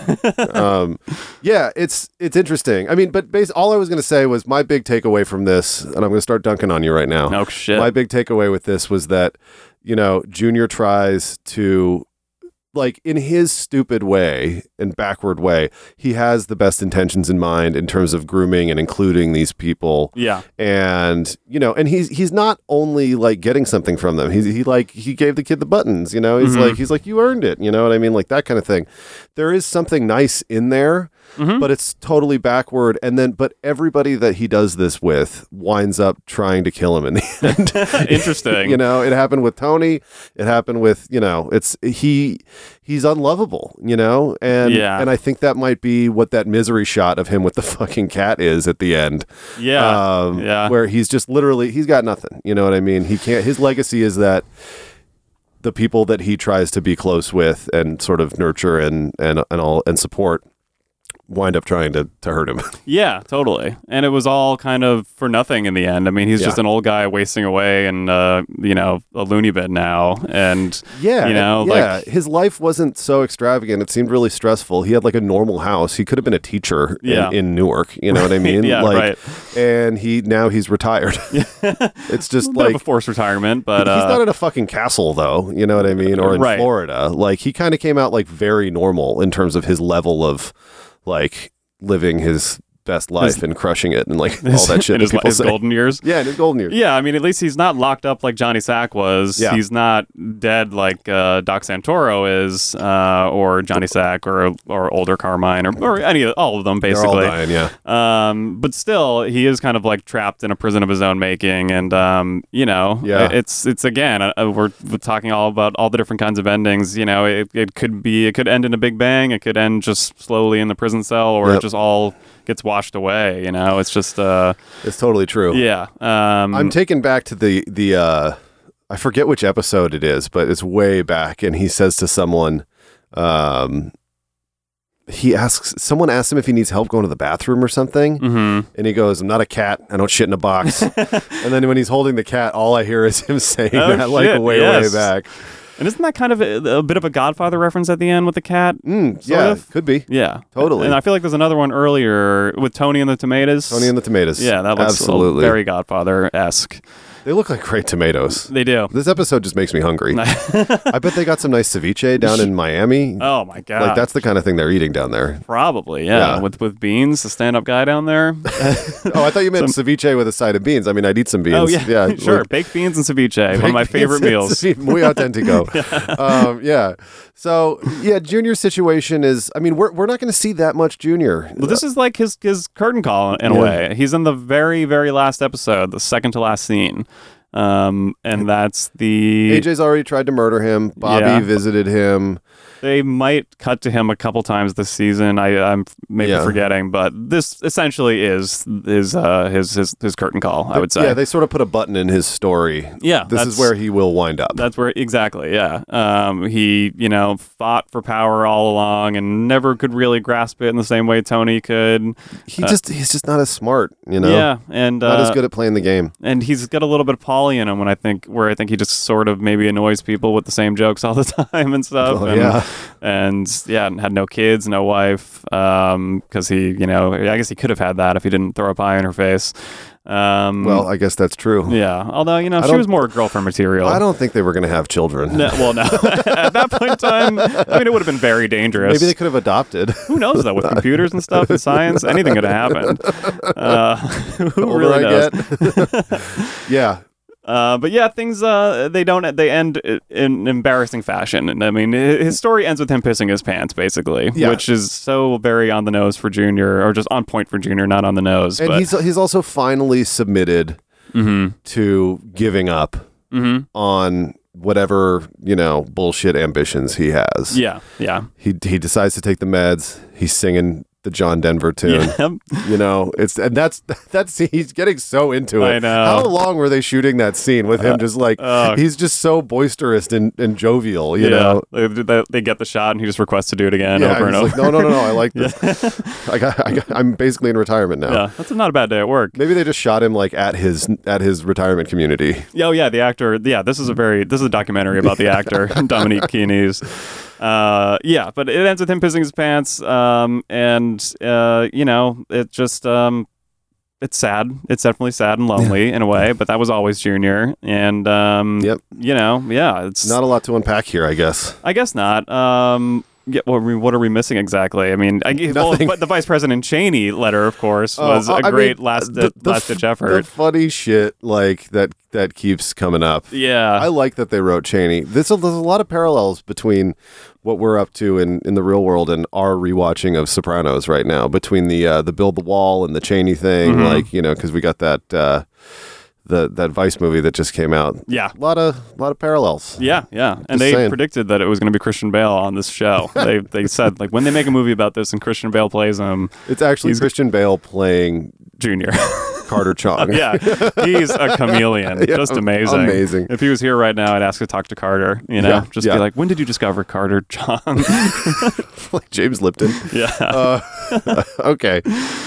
Speaker 6: um, yeah, it's it's interesting. I mean, but base, all I was going to say was my big takeaway from this, and I'm going to start dunking on you right now.
Speaker 4: Oh shit!
Speaker 6: My big takeaway with this was that, you know, Junior tries to, like, in his stupid way and backward way, he has the best intentions in mind in terms of grooming and including these people.
Speaker 4: yeah,
Speaker 6: and you know and he's he's not only like getting something from them he's he like he gave the kid the buttons you know he's
Speaker 4: Mhm.
Speaker 6: like he's like you earned it you know what i mean like that kind of thing there is something nice in there
Speaker 4: Mhm.
Speaker 6: but it's totally backward and then but everybody that he does this with winds up trying to kill him in the end
Speaker 4: interesting.
Speaker 6: you know it happened with tony it happened with you know it's he he's unlovable you know and
Speaker 4: Yeah.
Speaker 6: and i think that might be what that misery shot of him with the fucking cat is at the end
Speaker 4: yeah,
Speaker 6: um,
Speaker 4: yeah.
Speaker 6: where he's just literally he's got nothing. You know what I mean? He can't. His legacy is that the people that he tries to be close with and sort of nurture and and and all and support wind up trying to, to hurt him.
Speaker 4: Yeah, totally. And it was all kind of for nothing in the end. I mean, he's
Speaker 6: Yeah.
Speaker 4: just an old guy wasting away and, uh, you know, a loony bin now. And,
Speaker 6: yeah,
Speaker 4: you know,
Speaker 6: yeah.
Speaker 4: like,
Speaker 6: his life wasn't so extravagant. It seemed really stressful. He had like a normal house. He could have been a teacher
Speaker 4: Yeah.
Speaker 6: in, in Newark. You know what I mean?
Speaker 4: Yeah,
Speaker 6: like,
Speaker 4: right.
Speaker 6: And he now he's retired. it's just
Speaker 4: bit of
Speaker 6: like
Speaker 4: a forced retirement, but
Speaker 6: he's not
Speaker 4: uh,
Speaker 6: in a fucking castle though you know what i mean or in
Speaker 4: Right.
Speaker 6: florida like he kind of came out like very normal in terms of his level of like living his best life and crushing it and like all that shit
Speaker 4: in
Speaker 6: that
Speaker 4: his,
Speaker 6: people
Speaker 4: his
Speaker 6: say.
Speaker 4: golden years.
Speaker 6: yeah in his golden years
Speaker 4: Yeah, I mean, at least he's not locked up like Johnny Sack was.
Speaker 6: Yeah.
Speaker 4: He's not dead like uh, Doc Santoro is, uh, or Johnny Sack, or or older Carmine, or, or any of all of them
Speaker 6: they're all
Speaker 4: basically.
Speaker 6: dying yeah
Speaker 4: Um, but still, he is kind of like trapped in a prison of his own making, and um, you know,
Speaker 6: Yeah.
Speaker 4: it's it's again, uh, uh, we're, we're talking all about all the different kinds of endings. You know, it, it could be, it could end in a big bang, it could end just slowly in the prison cell, or
Speaker 6: Yep.
Speaker 4: it just all gets washed away. You know, it's just uh,
Speaker 6: it's totally true
Speaker 4: yeah. Um,
Speaker 6: i'm taken back to the the uh i forget which episode it is but it's way back and he says to someone um he asks someone asks him if he needs help going to the bathroom or something
Speaker 4: mhm.
Speaker 6: And he goes, I'm not a cat. I don't shit in a box. and then when he's holding the cat, all I hear is him saying
Speaker 4: Oh,
Speaker 6: that like
Speaker 4: shit,
Speaker 6: way,
Speaker 4: yes.
Speaker 6: way back.
Speaker 4: And isn't that kind of a, a bit of a Godfather reference at the end with the cat?
Speaker 6: Mm,
Speaker 4: Sort
Speaker 6: yeah,
Speaker 4: of.
Speaker 6: could be.
Speaker 4: Yeah,
Speaker 6: Totally.
Speaker 4: And I feel like there's another one earlier with Tony and the tomatoes.
Speaker 6: Tony and the tomatoes.
Speaker 4: yeah, that looks
Speaker 6: absolutely.
Speaker 4: very Godfather esque.
Speaker 6: They look like great tomatoes.
Speaker 4: They do.
Speaker 6: This episode just makes me hungry. I bet they got some nice ceviche down in Miami.
Speaker 4: Oh my god!
Speaker 6: like that's the kind of thing they're eating down there.
Speaker 4: probably yeah.
Speaker 6: Yeah.
Speaker 4: With with beans, the stand up guy down there.
Speaker 6: Oh, I thought you meant ceviche with a side of beans. I mean, I'd eat some beans.
Speaker 4: oh yeah, sure.
Speaker 6: like-
Speaker 4: baked beans and ceviche, one of my
Speaker 6: Baked
Speaker 4: favorite
Speaker 6: beans
Speaker 4: meals.
Speaker 6: and ceviche, Muy auténtico. yeah. Um, yeah. So yeah, Junior's situation is. I mean, we're we're not going to see that much Junior.
Speaker 4: Well, this is like his his curtain call in a
Speaker 6: Yeah.
Speaker 4: way. He's in the very very last episode, the second to last scene, um, and that's the
Speaker 6: AJ's already tried to murder him. Bobby
Speaker 4: Yeah.
Speaker 6: visited him.
Speaker 4: They might cut to him a couple times this season. I, I'm f- maybe
Speaker 6: Yeah.
Speaker 4: forgetting, but this essentially is is uh, his his his curtain call. I would say.
Speaker 6: Yeah, they sort of put a button in his story.
Speaker 4: Yeah,
Speaker 6: This
Speaker 4: that's-
Speaker 6: is where he will wind up.
Speaker 4: that's where exactly, yeah. Um, he, you know, fought for power all along and never could really grasp it in the same way Tony could.
Speaker 6: He just he's just not as smart, you know.
Speaker 4: Yeah, and
Speaker 6: Not
Speaker 4: uh,
Speaker 6: as good at playing the game.
Speaker 4: and he's got a little bit of Polly in him when I think where I think he just sort of maybe annoys people with the same jokes all the time and stuff.
Speaker 6: Oh,
Speaker 4: and,
Speaker 6: yeah.
Speaker 4: and yeah, and had no kids, no wife, because he, you know, I guess he could have had that if he didn't throw a pie in her face. Um,
Speaker 6: Well, I guess that's true.
Speaker 4: yeah. Although you know, she
Speaker 6: don't-
Speaker 4: was more girlfriend material.
Speaker 6: I don't think they were going to have children.
Speaker 4: No, well, no. At that point in time, I mean, it would have been very dangerous.
Speaker 6: Maybe they could have adopted.
Speaker 4: Who knows though? With computers and stuff and science, anything could have happened. Uh,
Speaker 6: The
Speaker 4: who
Speaker 6: older
Speaker 4: really
Speaker 6: I
Speaker 4: knows?
Speaker 6: get. yeah.
Speaker 4: Uh, but yeah, things uh, they don't they end i- in embarrassing fashion. And I mean, hi- his story ends with him pissing his pants, basically,
Speaker 6: Yeah.
Speaker 4: which is so very on the nose for Junior, or just on point for Junior, not on the nose.
Speaker 6: And
Speaker 4: but
Speaker 6: he's he's also finally submitted
Speaker 4: Mm-hmm.
Speaker 6: to giving up on whatever, you know, bullshit ambitions he has.
Speaker 4: yeah, yeah,
Speaker 6: he he decides to take the meds. He's singing the John Denver tune.
Speaker 4: yeah.
Speaker 6: You know, it's and that's that's he's getting so into it.
Speaker 4: I know. Uh,
Speaker 6: How long were they shooting that scene with him? just like he's just so boisterous and, and jovial. You
Speaker 4: yeah.
Speaker 6: know.
Speaker 4: They, they- they get the shot, and he just requests to do it again
Speaker 6: Yeah,
Speaker 4: over
Speaker 6: he's
Speaker 4: and
Speaker 6: like,
Speaker 4: over.
Speaker 6: no, no, no, no. I like this. I got, I got, I'm basically in retirement now.
Speaker 4: yeah, that's not a bad day at work.
Speaker 6: Maybe they just shot him like at his at his retirement community.
Speaker 4: Oh yeah, the actor. Yeah, this is a very this is a documentary about the actor Dominique Keynes. Uh, yeah, but it ends with him pissing his pants, um, and uh, you know, it just um, it's sad. It's definitely sad and lonely in a way. But that was always Junior, and um,
Speaker 6: Yep.
Speaker 4: you know, yeah, it's
Speaker 6: Not a lot to unpack here, I guess.
Speaker 4: I guess not. Um, yeah, well, I mean, what are we missing exactly? I mean, I, well,
Speaker 6: Nothing.
Speaker 4: but the Vice President Cheney letter, of course, was
Speaker 6: Oh,
Speaker 4: a
Speaker 6: I mean,
Speaker 4: great last
Speaker 6: the- the
Speaker 4: last ditch
Speaker 6: f- The
Speaker 4: effort.
Speaker 6: funny shit like that that keeps coming up.
Speaker 4: yeah,
Speaker 6: I like that they wrote Cheney. This, there's a lot of parallels between what we're up to in, in the real world and our rewatching of Sopranos right now. Between the uh, the build the wall and the Cheney thing,
Speaker 4: Mm-hmm.
Speaker 6: like you know, because we got that uh, the that Vice movie that just came out.
Speaker 4: yeah.
Speaker 6: A lot of lot of parallels.
Speaker 4: Yeah, yeah. And they
Speaker 6: saying.
Speaker 4: predicted that it was going to be Christian Bale on this show. they they said like when they make a movie about this and Christian Bale plays him
Speaker 6: It's actually
Speaker 4: He's-
Speaker 6: Christian Bale playing
Speaker 4: junior.
Speaker 6: Carter Chong.
Speaker 4: yeah, he's a chameleon.
Speaker 6: Yeah,
Speaker 4: just amazing.
Speaker 6: amazing.
Speaker 4: If he was here right now, I'd ask to talk to Carter. You know,
Speaker 6: Yeah,
Speaker 4: just
Speaker 6: yeah.
Speaker 4: be like, when did you discover Carter Chong?
Speaker 6: like James Lipton.
Speaker 4: yeah.
Speaker 6: Uh, okay.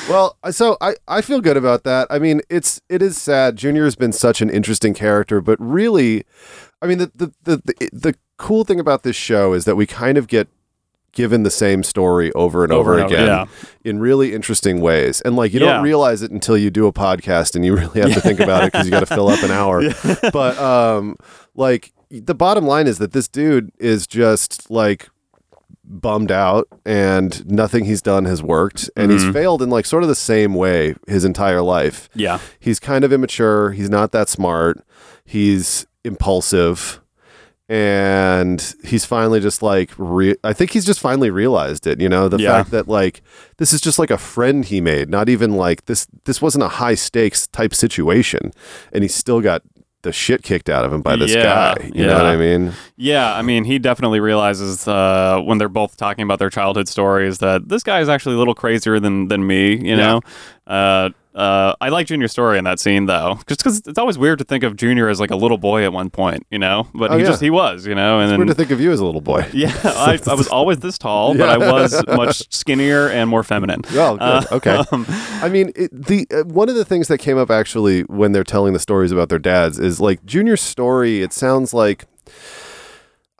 Speaker 6: Well, I- so I, I feel good about that. I mean, it's it is sad. Junior has been such an interesting character, but really, I mean, the the the the, the cool thing about this show is that we kind of get given the same story over and over,
Speaker 4: Over and over,
Speaker 6: again
Speaker 4: yeah.
Speaker 6: in really interesting ways and like you
Speaker 4: Yeah.
Speaker 6: don't realize it until you do a podcast and you really have to think about it because you got to fill up an hour but um like the bottom line is that this dude is just like bummed out and nothing he's done has worked and he's failed in like sort of the same way his entire life
Speaker 4: yeah.
Speaker 6: he's kind of immature he's not that smart he's impulsive and he's finally just like re- i think he's just finally realized it you know the
Speaker 4: Yeah.
Speaker 6: fact that like this is just like a friend he made not even like this this wasn't a high stakes type situation and he still got the shit kicked out of him by this
Speaker 4: Yeah,
Speaker 6: guy you know what
Speaker 4: yeah.
Speaker 6: i mean
Speaker 4: Yeah, I mean, he definitely realizes uh, when they're both talking about their childhood stories that this guy is actually a little crazier than than me. You know, uh, uh, I like Junior's story in that scene though, just because it's always weird to think of Junior as like a little boy at one point. You know, but
Speaker 6: Oh,
Speaker 4: he
Speaker 6: yeah.
Speaker 4: just he was. You know, and
Speaker 6: weird to
Speaker 4: then.
Speaker 6: think of you as a little boy
Speaker 4: Yeah, I, I was always this tall, but I was much skinnier and more feminine.
Speaker 6: Oh, good.
Speaker 4: Uh,
Speaker 6: okay. I mean, it, the uh, one of the things that came up actually when they're telling the stories about their dads is like Junior's story. It sounds like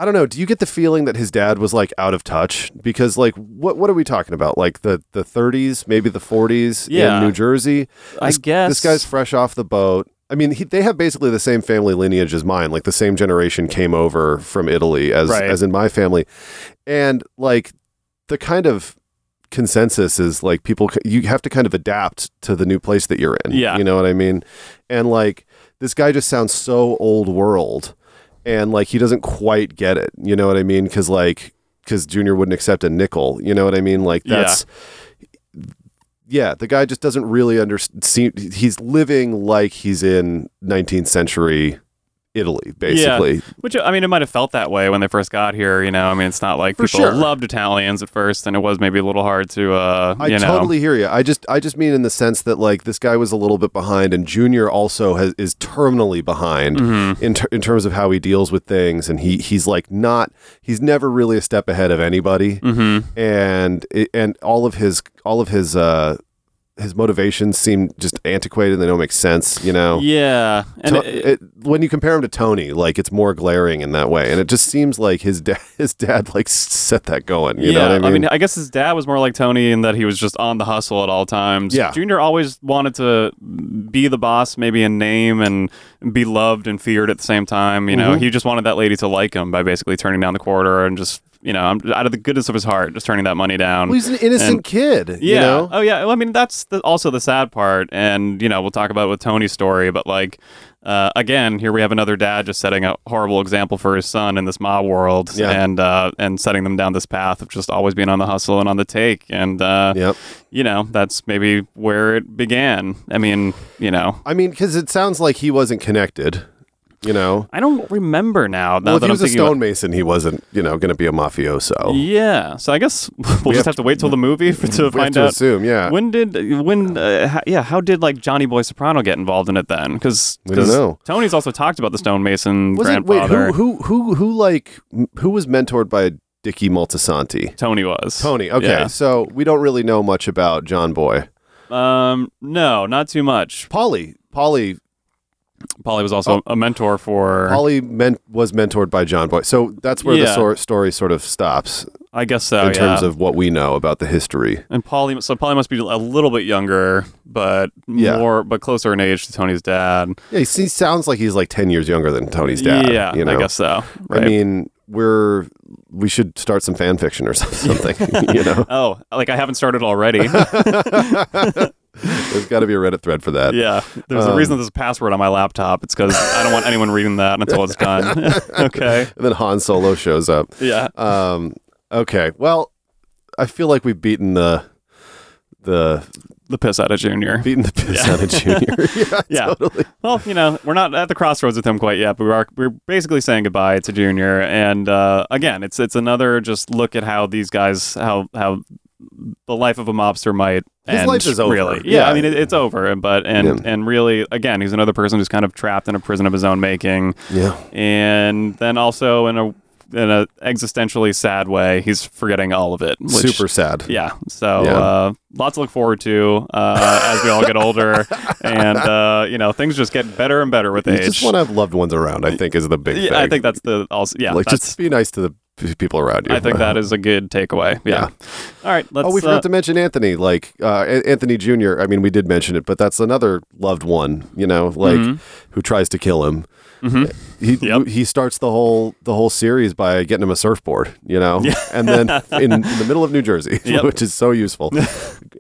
Speaker 6: I don't know. Do you get the feeling that his dad was like out of touch? Because like, what what are we talking about? Like the the 30s, maybe the 40s
Speaker 4: Yeah.
Speaker 6: in New Jersey.
Speaker 4: I
Speaker 6: This-
Speaker 4: guess-
Speaker 6: this guy's fresh off the boat. I mean, he, they have basically the same family lineage as mine. Like the same generation came over from Italy as
Speaker 4: Right.
Speaker 6: as in my family, and like the kind of consensus is like people you have to kind of adapt to the new place that you're in
Speaker 4: Yeah.
Speaker 6: you know what i mean and like this guy just sounds so old world and like he doesn't quite get it you know what i mean because like because junior wouldn't accept a nickel you know what i mean like
Speaker 4: Yeah.
Speaker 6: that's yeah, the guy just doesn't really understand. He's living like he's in 19th century Italy, basically.
Speaker 4: Yeah, which I mean, it might have felt that way when they first got here. You know, I mean, it's not like
Speaker 6: For
Speaker 4: people
Speaker 6: sure.
Speaker 4: loved Italians at first, and it was maybe a little hard to, uh,
Speaker 6: I
Speaker 4: you know,
Speaker 6: totally hear you. I just I just mean in the sense that like this guy was a little bit behind, and Junior also has, is terminally behind
Speaker 4: Mm. Mm-hmm,
Speaker 6: in ter- in terms of how he deals with things, and he he's like not he's never really a step ahead of anybody,
Speaker 4: Mm. mm-hmm.
Speaker 6: and it, and all of his all of his uh his motivations seem just antiquated; they don't make sense, you know.
Speaker 4: Yeah, and
Speaker 6: To-
Speaker 4: it-
Speaker 6: it- when you compare him to Tony, like it's more glaring in that way, and it just seems like his dad, his dad, like set that going. You know
Speaker 4: yeah,
Speaker 6: what
Speaker 4: I mean, um, I guess his dad was more like Tony in that he was just on the hustle at all times.
Speaker 6: Yeah.
Speaker 4: Junior always wanted to be the boss, maybe in name, and be loved and feared at the same time. You know,
Speaker 6: Mm-hmm.
Speaker 4: he just wanted that lady to like him by basically turning down the quarter and just, you know, out of the goodness of his heart, just turning that money down.
Speaker 6: Well, he's an innocent
Speaker 4: And-
Speaker 6: kid.
Speaker 4: Yeah.
Speaker 6: You know?
Speaker 4: Oh, yeah. Well, I mean, that's the, also the sad part, and you know, we'll talk about it with Tony's story, but like, uh, again, here we have another dad just setting a horrible example for his son in this mob world,
Speaker 6: Yeah.
Speaker 4: and uh, and setting them down this path of just always being on the hustle and on the take, and uh,
Speaker 6: Yep.
Speaker 4: you know, that's maybe where it began. I mean, you know,
Speaker 6: I mean, because it sounds like he wasn't connected. You know,
Speaker 4: I don't remember now. now
Speaker 6: well, if
Speaker 4: that
Speaker 6: he
Speaker 4: I'm
Speaker 6: was a
Speaker 4: thinking about-
Speaker 6: stonemason, he wasn't. You know, going to be a mafioso.
Speaker 4: Yeah, so I guess we'll just
Speaker 6: have
Speaker 4: have, to wait till the movie for, to
Speaker 6: we have
Speaker 4: find
Speaker 6: to
Speaker 4: out.
Speaker 6: assume, yeah.
Speaker 4: When did when uh, how, yeah how did like Johnny Boy Soprano get involved in it then? Because
Speaker 6: We don't know.
Speaker 4: Tony's also talked about the stonemason
Speaker 6: Wasn't wait
Speaker 4: grandfather.
Speaker 6: who who who who like m- who was mentored by Dicky Multisanti?
Speaker 4: Tony was
Speaker 6: Tony. Okay,
Speaker 4: Yeah.
Speaker 6: so we don't really know much about John Boy.
Speaker 4: Um, no, not too much.
Speaker 6: Polly. Polly.
Speaker 4: Polly was also a mentor for.
Speaker 6: Oh. Polly meant was mentored by John Boy. So that's where the
Speaker 4: Yeah.
Speaker 6: sor- story sort of stops
Speaker 4: I guess so.
Speaker 6: in terms
Speaker 4: yeah.
Speaker 6: of what we know about the history.
Speaker 4: and Polly, so Polly must be a little bit younger, but
Speaker 6: Yeah.
Speaker 4: more, but closer in age to Tony's dad.
Speaker 6: Yeah, he, he sounds like he's like ten years younger than Tony's dad.
Speaker 4: yeah,
Speaker 6: you know?
Speaker 4: I guess so. Right.
Speaker 6: I mean, we're we should start some fan fiction or some- something. you know,
Speaker 4: oh, like I haven't started already.
Speaker 6: there's got to be a Reddit thread for that.
Speaker 4: Yeah, there's
Speaker 6: Um,
Speaker 4: a reason there's a password on my laptop. It's because I don't want anyone reading that until it's done. okay.
Speaker 6: And then Han Solo shows up.
Speaker 4: Yeah.
Speaker 6: Um, okay. Well, I feel like we've beaten the the
Speaker 4: The piss out of Junior.
Speaker 6: beaten the piss out of Junior. yeah.
Speaker 4: Yeah. Well, you know, we're not at the crossroads with him quite yet, but we are we're basically saying goodbye to Junior. And uh, again, it's it's another just look at how these guys how how the life of a mobster might
Speaker 6: His
Speaker 4: end.
Speaker 6: life is over.
Speaker 4: Really, yeah.
Speaker 6: Yeah.
Speaker 4: I mean, it, it's over. But and
Speaker 6: Yeah.
Speaker 4: and really, again, he's another person who's kind of trapped in a prison of his own making,
Speaker 6: Yeah.
Speaker 4: and then also in a in a existentially sad way, he's forgetting all of it. Which,
Speaker 6: Super sad.
Speaker 4: Yeah. So
Speaker 6: Yeah.
Speaker 4: Uh, lots to look forward to uh, as we all get older, and uh, you know things just get better and better with
Speaker 6: You
Speaker 4: age.
Speaker 6: just want to have loved ones around, I think, is the big thing.
Speaker 4: yeah, I think that's the also yeah.
Speaker 6: like,
Speaker 4: that's,
Speaker 6: just be nice to the p- people around you.
Speaker 4: I think that is a good takeaway.
Speaker 6: Yeah.
Speaker 4: Yeah. All right. Let's.
Speaker 6: oh, we forgot
Speaker 4: uh,
Speaker 6: to mention Anthony, like uh, An- Anthony Jr. I mean, we did mention it, but that's another loved one, you know, like who tries to kill him. He
Speaker 4: Mm-hmm. Yep.
Speaker 6: he starts the whole the whole series by getting him a surfboard, you know, and then in, in the middle of New Jersey,
Speaker 4: Yep.
Speaker 6: which is so useful,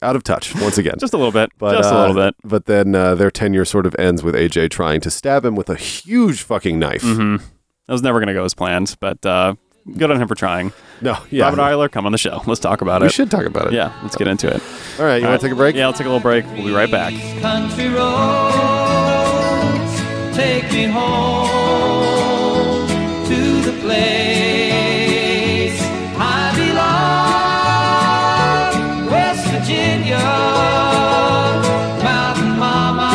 Speaker 6: out of touch once again.
Speaker 4: just a little bit.
Speaker 6: But,
Speaker 4: just a
Speaker 6: uh,
Speaker 4: little bit.
Speaker 6: But then uh, their tenure sort of ends with AJ trying to stab him with a huge fucking knife.
Speaker 4: Mm-hmm. That was never going to go as planned, but uh, good on him for trying.
Speaker 6: No, yeah,
Speaker 4: Robin Eiler, come on the show. Let's talk about
Speaker 6: we
Speaker 4: it.
Speaker 6: should talk about it.
Speaker 4: Yeah, let's get into it.
Speaker 6: All right, you
Speaker 4: All right.
Speaker 6: want to take a break?
Speaker 4: Yeah, let's take a little break. We'll be right back.
Speaker 5: These Country roads take me home to the place I belong, West Virginia, Mountain Mama.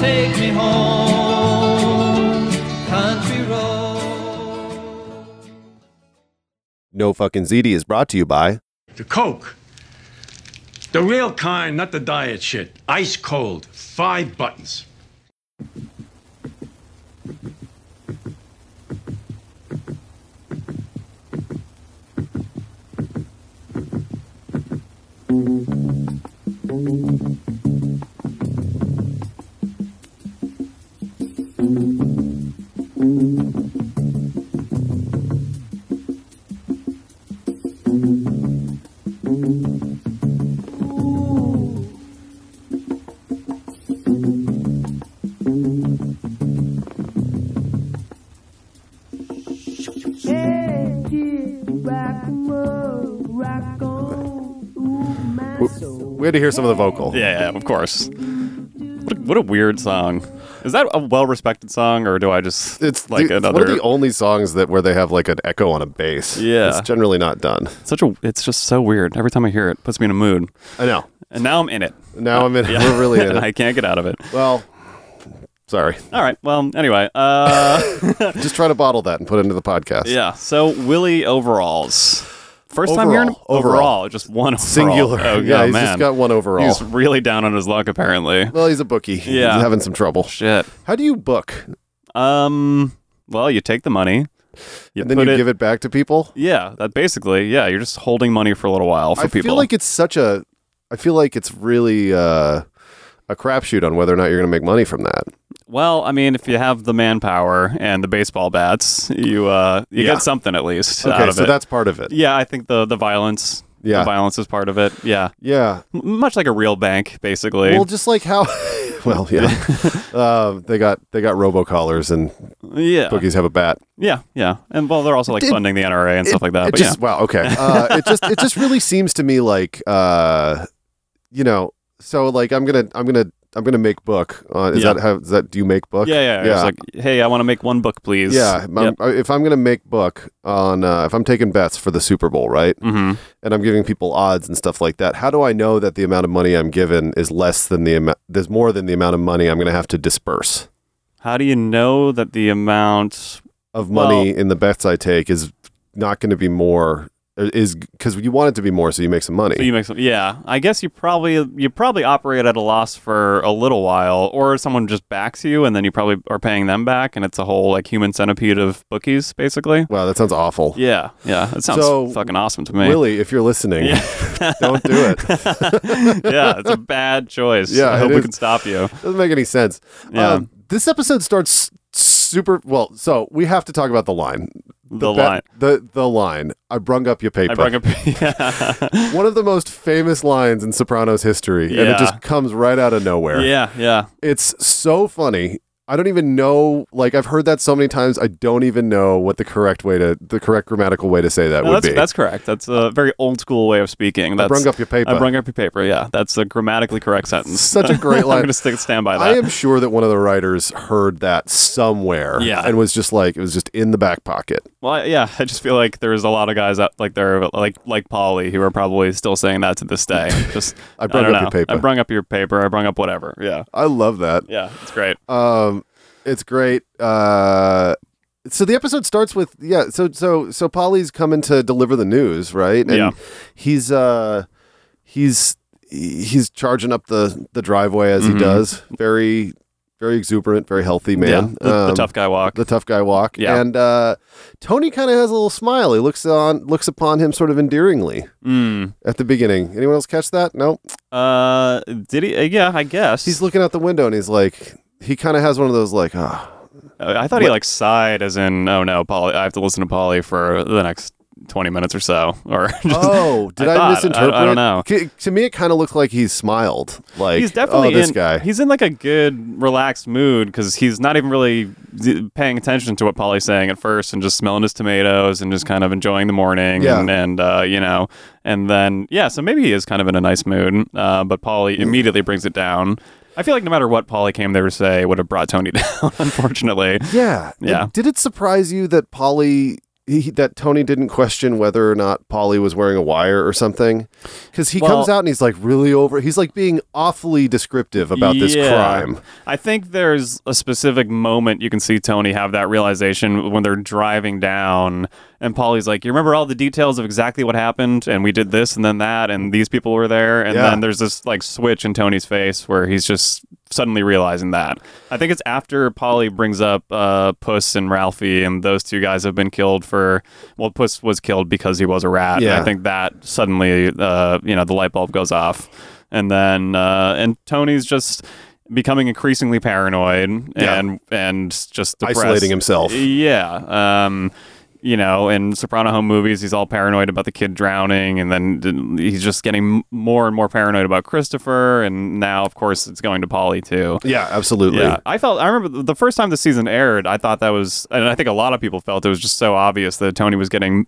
Speaker 5: Take me home, country road.
Speaker 6: No fucking ZD is brought to you by.
Speaker 7: The Coke. The real kind, not the diet shit. Ice cold. Five buttons.
Speaker 6: We had to hear some of the vocal.
Speaker 4: Yeah, yeah, of course. What a, what a weird song. Is that a well-respected song, or do I just
Speaker 6: It's
Speaker 4: like
Speaker 6: the, it's
Speaker 4: another?
Speaker 6: one of the only songs that where they have like an echo on a bass.
Speaker 4: Yeah.
Speaker 6: it's generally not done.
Speaker 4: such a. It's just so weird. Every time I hear it, it puts me in a mood,
Speaker 6: I know.
Speaker 4: and now I'm in it.
Speaker 6: Now I'm in.
Speaker 4: Yeah.
Speaker 6: We're really in
Speaker 4: And I
Speaker 6: it.
Speaker 4: can't get out of it.
Speaker 6: Well, sorry.
Speaker 4: All right. Well, anyway. Uh,
Speaker 6: Just try to bottle that and put it into the podcast.
Speaker 4: Yeah. So Willie overalls. First time hearing
Speaker 6: Overall. Overall.
Speaker 4: just one overall.
Speaker 6: singular.
Speaker 4: Oh,
Speaker 6: yeah,
Speaker 4: yeah,
Speaker 6: he's
Speaker 4: man.
Speaker 6: just got one overall.
Speaker 4: He's really down on his luck, apparently.
Speaker 6: well, he's a bookie.
Speaker 4: Yeah.
Speaker 6: he's having some trouble.
Speaker 4: Shit.
Speaker 6: How do you book?
Speaker 4: Um. Well, you take the money. You
Speaker 6: And then
Speaker 4: put
Speaker 6: you give it back to people.
Speaker 4: Yeah. That basically. Yeah. You're just holding money for a little while for
Speaker 6: I
Speaker 4: people.
Speaker 6: feel like it's such a. I feel like it's really uh, a crapshoot on whether or not you're going to make money from that.
Speaker 4: well, I mean, if you have the manpower and the baseball bats, you uh, you
Speaker 6: Yeah.
Speaker 4: get something at least out
Speaker 6: Okay,
Speaker 4: of
Speaker 6: so
Speaker 4: it.
Speaker 6: that's part of it.
Speaker 4: yeah. I think the the violence.
Speaker 6: Yeah.
Speaker 4: The violence is part of it. Yeah.
Speaker 6: Yeah.
Speaker 4: M- much like a real bank, basically.
Speaker 6: Well, just like how, well, yeah, uh, they got they got robocallers and
Speaker 4: yeah.
Speaker 6: bookies have a bat.
Speaker 4: Yeah, yeah, and well, they're also like
Speaker 6: It-
Speaker 4: funding the NRA and stuff like that.
Speaker 6: It
Speaker 4: But
Speaker 6: just wow, okay. Uh, it just it just really seems to me like uh, you know, so like I'm gonna I'm gonna I'm gonna make book. Uh, is
Speaker 4: Yeah.
Speaker 6: that how is that do you make book?
Speaker 4: yeah, yeah, yeah. It's like, hey, I want to make one book, please.
Speaker 6: Yeah, um, I'm-
Speaker 4: Yep.
Speaker 6: I- if I'm going to make book on, uh, if I'm taking bets for the Super Bowl, right,
Speaker 4: Mhm.
Speaker 6: and I'm giving people odds and stuff like that, how do I know that the amount of money I'm given is less than the amount, there's more than the amount of money I'm going to have to disperse?
Speaker 4: How do you know that the amount?
Speaker 6: of money
Speaker 4: Well-
Speaker 6: in the bets I take is not going to be more is because you want it to be more so you make some money.
Speaker 4: that You make some, yeah. I guess you probably you probably operate at a loss for a little while, or someone just backs you, and then you probably are paying them back, and it's a whole like human centipede of bookies, basically.
Speaker 6: wow, that sounds awful.
Speaker 4: Yeah, yeah. It sounds
Speaker 6: So,
Speaker 4: fucking awesome to me.
Speaker 6: Willie, if you're listening, don't do it.
Speaker 4: yeah, it's a bad choice.
Speaker 6: Yeah,
Speaker 4: I hope
Speaker 6: it
Speaker 4: we
Speaker 6: is.
Speaker 4: can stop you.
Speaker 6: Doesn't make any sense. Um,
Speaker 4: Yeah.
Speaker 6: this episode starts super well. So we have to talk about the line.
Speaker 4: The,
Speaker 6: bet-
Speaker 4: line.
Speaker 6: The the line. I brung up your paper.
Speaker 4: I brought up. Yeah.
Speaker 6: One of the most famous lines in Sopranos history, and it
Speaker 4: Yeah.
Speaker 6: just comes right out of nowhere.
Speaker 4: yeah, yeah.
Speaker 6: It's so funny. I don't even know. Like I've heard that so many times, I don't even know what the correct way to the correct grammatical way to say that
Speaker 4: No,
Speaker 6: would
Speaker 4: that's,
Speaker 6: be.
Speaker 4: that's correct. That's a very old school way of speaking. That's,
Speaker 6: brung up your paper.
Speaker 4: I brung up your paper. Yeah, that's a grammatically correct sentence.
Speaker 6: Such a great
Speaker 4: I'm
Speaker 6: line.
Speaker 4: going to stick stand by
Speaker 6: I
Speaker 4: that.
Speaker 6: am sure that one of the writers heard that somewhere,
Speaker 4: Yeah.
Speaker 6: and was just like it was just in the back pocket.
Speaker 4: well, I- yeah, I just feel like there's a lot of guys out like there, like like Polly, who are probably still saying that to this day. Just
Speaker 6: I brung
Speaker 4: don't
Speaker 6: up your
Speaker 4: know.
Speaker 6: paper.
Speaker 4: I brung up your paper. I brung up whatever. Yeah,
Speaker 6: I love that.
Speaker 4: yeah, it's great.
Speaker 6: Um, it's great. Uh, so the episode starts with yeah. So so so Polly's coming to deliver the news, right? And
Speaker 4: Yeah.
Speaker 6: He's uh, he's he's charging up the the driveway as he does. Very very exuberant, very healthy
Speaker 4: Mm-hmm. yeah,
Speaker 6: man.
Speaker 4: the, the
Speaker 6: Um,
Speaker 4: tough guy walk.
Speaker 6: The tough guy walk.
Speaker 4: Yeah.
Speaker 6: And uh, Tony kind of has a little smile. He looks on looks upon him sort of endearingly
Speaker 4: Mm.
Speaker 6: at the beginning. Anyone else catch that? No.
Speaker 4: Uh, did he? uh, yeah, I guess
Speaker 6: He's looking out the window and he's like, he kind of has one of those like, ah,
Speaker 4: Uh, I thought he like sighed, as in, "Oh no, Polly, I have to listen to Polly for the next twenty minutes or so." Or just,
Speaker 6: Oh, did I,
Speaker 4: I thought. I-
Speaker 6: misinterpret?
Speaker 4: I don't
Speaker 6: it?
Speaker 4: know.
Speaker 6: C- to me, it kind of looks like he smiled. Like
Speaker 4: he's definitely
Speaker 6: oh, this
Speaker 4: in,
Speaker 6: guy.
Speaker 4: He's in like a good, relaxed mood because he's not even really d- paying attention to what Polly's saying at first, and just smelling his tomatoes and just kind of enjoying the morning.
Speaker 6: Yeah.
Speaker 4: and, and uh, you know, and then yeah, so maybe he is kind of in a nice mood. Uh, but Polly immediately brings it down. I feel like no matter what Polly came there to say, would have brought Tony down. Unfortunately,
Speaker 6: yeah,
Speaker 4: Yeah.
Speaker 6: Did it surprise you that Polly? He, that Tony didn't question whether or not Polly was wearing a wire or something, because he
Speaker 4: Well-
Speaker 6: comes out and he's like really over. He's like being awfully descriptive about this
Speaker 4: Yeah.
Speaker 6: crime.
Speaker 4: I think there's a specific moment you can see Tony have that realization when they're driving down, and Polly's like, "You remember all the details of exactly what happened, and we did this and then that, and these people were there." And
Speaker 6: Yeah.
Speaker 4: then there's this like switch in Tony's face where he's just suddenly realizing that. I think it's after Polly brings up uh, Puss and Ralphie, and those two guys have been killed for. Well, Puss was killed because he was a rat. and
Speaker 6: Yeah.
Speaker 4: I think that suddenly, uh, you know, the light bulb goes off, and then uh, and Tony's just becoming increasingly paranoid
Speaker 6: Yeah.
Speaker 4: and and just depressed.
Speaker 6: Isolating himself.
Speaker 4: Yeah. Um, you know, in Soprano Home movies, he's all paranoid about the kid drowning, and then he's just getting more and more paranoid about Christopher, and now, of course, it's going to Polly too.
Speaker 6: Yeah, absolutely.
Speaker 4: Yeah, I felt. I remember the first time the season aired. I thought that was, and I think a lot of people felt it was just so obvious that Tony was getting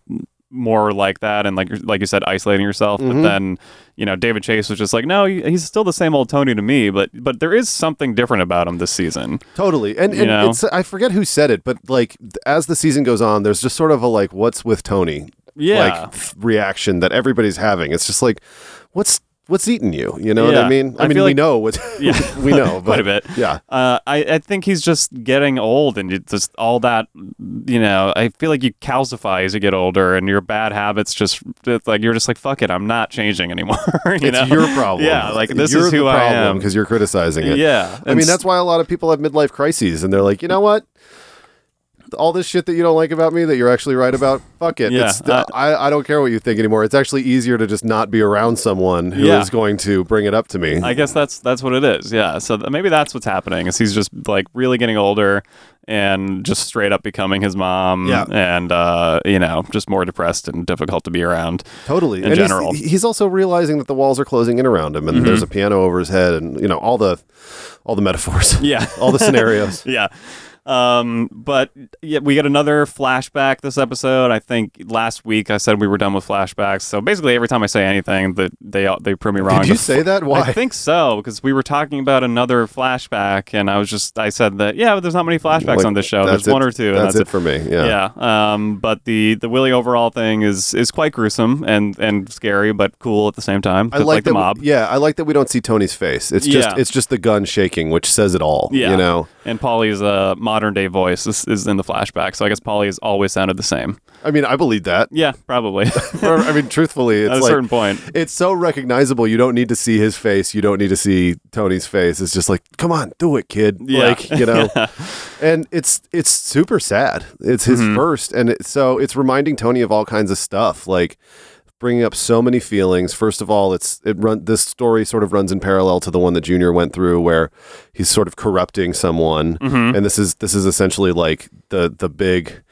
Speaker 4: more like that, and like like you said, isolating yourself. But then, you know, David Chase was just like, no, he- he's still the same old Tony to me. But but there is something different about him this season.
Speaker 6: Totally. And,
Speaker 4: You
Speaker 6: and
Speaker 4: know?
Speaker 6: it's I forget who said it, but like th- as the season goes on, there's just sort of a like what's with Tony
Speaker 4: Yeah.
Speaker 6: like th- reaction that everybody's having. It's just like what's what's eating you? You know what I
Speaker 4: Yeah.
Speaker 6: mean?
Speaker 4: I
Speaker 6: I, mean we
Speaker 4: feel like-
Speaker 6: know what
Speaker 4: Yeah.
Speaker 6: we know, but
Speaker 4: Quite a bit.
Speaker 6: Yeah.
Speaker 4: Uh, I, I think he's just getting old and it's just all that, you know, I feel like you calcify as you get older and your bad habits just, it's like, you're just like, fuck it, I'm not changing anymore. you
Speaker 6: It's
Speaker 4: know?
Speaker 6: your problem.
Speaker 4: Yeah, like, this
Speaker 6: You're
Speaker 4: is
Speaker 6: the
Speaker 4: who I
Speaker 6: problem
Speaker 4: am.
Speaker 6: because you're criticizing it.
Speaker 4: Yeah.
Speaker 6: I mean, that's why a lot of people have midlife crises and they're like, "You know what? All this shit that you don't like about me that you're actually right about, fuck it.
Speaker 4: Yeah, uh,
Speaker 6: it's, I, I don't care what you think anymore. It's actually easier to just not be around someone who is
Speaker 4: Yeah.
Speaker 6: going to bring it up to me.
Speaker 4: I guess that's that's what it is. Yeah. So th- maybe that's what's happening. Is he's just like really getting older and just straight up becoming his mom.
Speaker 6: Yeah.
Speaker 4: And uh, you know, just more depressed and difficult to be around.
Speaker 6: totally
Speaker 4: in
Speaker 6: and he's-
Speaker 4: general. Mm-hmm.
Speaker 6: He's, also realizing that the walls are closing in around him, and there's a piano over his head, and you know all the all the metaphors,
Speaker 4: Yeah.
Speaker 6: all the scenarios.
Speaker 4: yeah. Um, but yeah, we get another flashback this episode. I think last week I said we were done with flashbacks. So basically, every time I say anything, that they all- they prove me wrong.
Speaker 6: Did you
Speaker 4: The
Speaker 6: say that? Why?
Speaker 4: I think so because we were talking about another flashback, and I was just I said that yeah, but there's not many flashbacks
Speaker 6: Like,
Speaker 4: on this show.
Speaker 6: that's
Speaker 4: There's one
Speaker 6: it-
Speaker 4: or two. and
Speaker 6: That's, it for me. Yeah.
Speaker 4: yeah. Um, but the the Willie overall thing is is quite gruesome and and scary, but cool at the same time.
Speaker 6: I
Speaker 4: Just
Speaker 6: like,
Speaker 4: the
Speaker 6: that
Speaker 4: mob.
Speaker 6: yeah, I like that we don't see Tony's face. It's
Speaker 4: Yeah.
Speaker 6: just it's just the gun shaking, which says it all.
Speaker 4: Yeah.
Speaker 6: You know,
Speaker 4: And Polly's uh, modern day voice is, is in the flashback, so I guess Polly has always sounded the same.
Speaker 6: I mean, I believe that.
Speaker 4: Yeah, probably. At
Speaker 6: Or, I mean, truthfully, it's
Speaker 4: a
Speaker 6: like
Speaker 4: certain point.
Speaker 6: it's so recognizable. You don't need to see his face. You don't need to see Tony's face. It's just like, come on, do it, kid.
Speaker 4: Yeah.
Speaker 6: Like you know, and it's it's super sad. It's his
Speaker 4: Mm-hmm.
Speaker 6: first, and it, so it's reminding Tony of all kinds of stuff, like bringing up so many feelings. First of all, it's it run this story sort of runs in parallel to the one that Junior went through, where he's sort of corrupting someone,
Speaker 4: Mm-hmm.
Speaker 6: and this is this is essentially like the the big.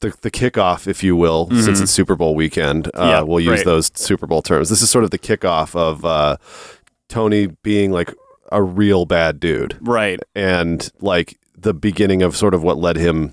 Speaker 6: The, the kickoff, if you will, since it's Super Bowl weekend, uh,
Speaker 4: Mm-hmm. Yeah,
Speaker 6: we'll use
Speaker 4: right.
Speaker 6: those those Super Bowl terms. This is sort of the kickoff of uh, Tony being like a real bad dude
Speaker 4: Right.
Speaker 6: and like the beginning of sort of what led him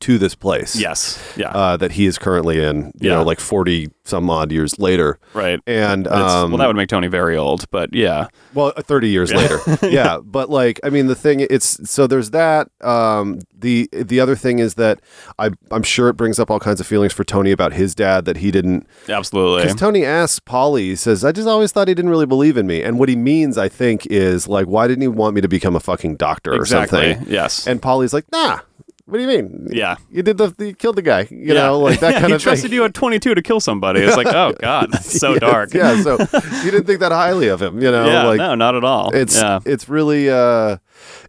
Speaker 6: to this place.
Speaker 4: Yes. Yeah.
Speaker 6: uh, that he is currently in. You
Speaker 4: Yeah.
Speaker 6: know, like forty some odd years later.
Speaker 4: right.
Speaker 6: And
Speaker 4: It's-
Speaker 6: um,
Speaker 4: well, that would make Tony very old, but yeah.
Speaker 6: Well, 30 years later. yeah, but like I mean the thing it's so there's that um the the other thing is that I I'm sure it brings up all kinds of feelings for Tony about his dad that he didn't
Speaker 4: Absolutely.
Speaker 6: cuz Tony asks Polly he says I just always thought he didn't really believe in me and what he means I think is like why didn't he want me to become a fucking doctor or
Speaker 4: Exactly.
Speaker 6: something.
Speaker 4: Yes.
Speaker 6: And Polly's like, "Nah. What do you mean?
Speaker 4: Yeah.
Speaker 6: You did the you killed the guy, you
Speaker 4: Yeah.
Speaker 6: know, like that
Speaker 4: Yeah,
Speaker 6: kind
Speaker 4: he
Speaker 6: of
Speaker 4: trusted
Speaker 6: thing.
Speaker 4: you at 22 to kill somebody. It's like, oh god, that's so dark.
Speaker 6: yeah, so you didn't think that highly of him, you know,
Speaker 4: Yeah,
Speaker 6: like
Speaker 4: no, not at all.
Speaker 6: It's
Speaker 4: yeah.
Speaker 6: it's really uh,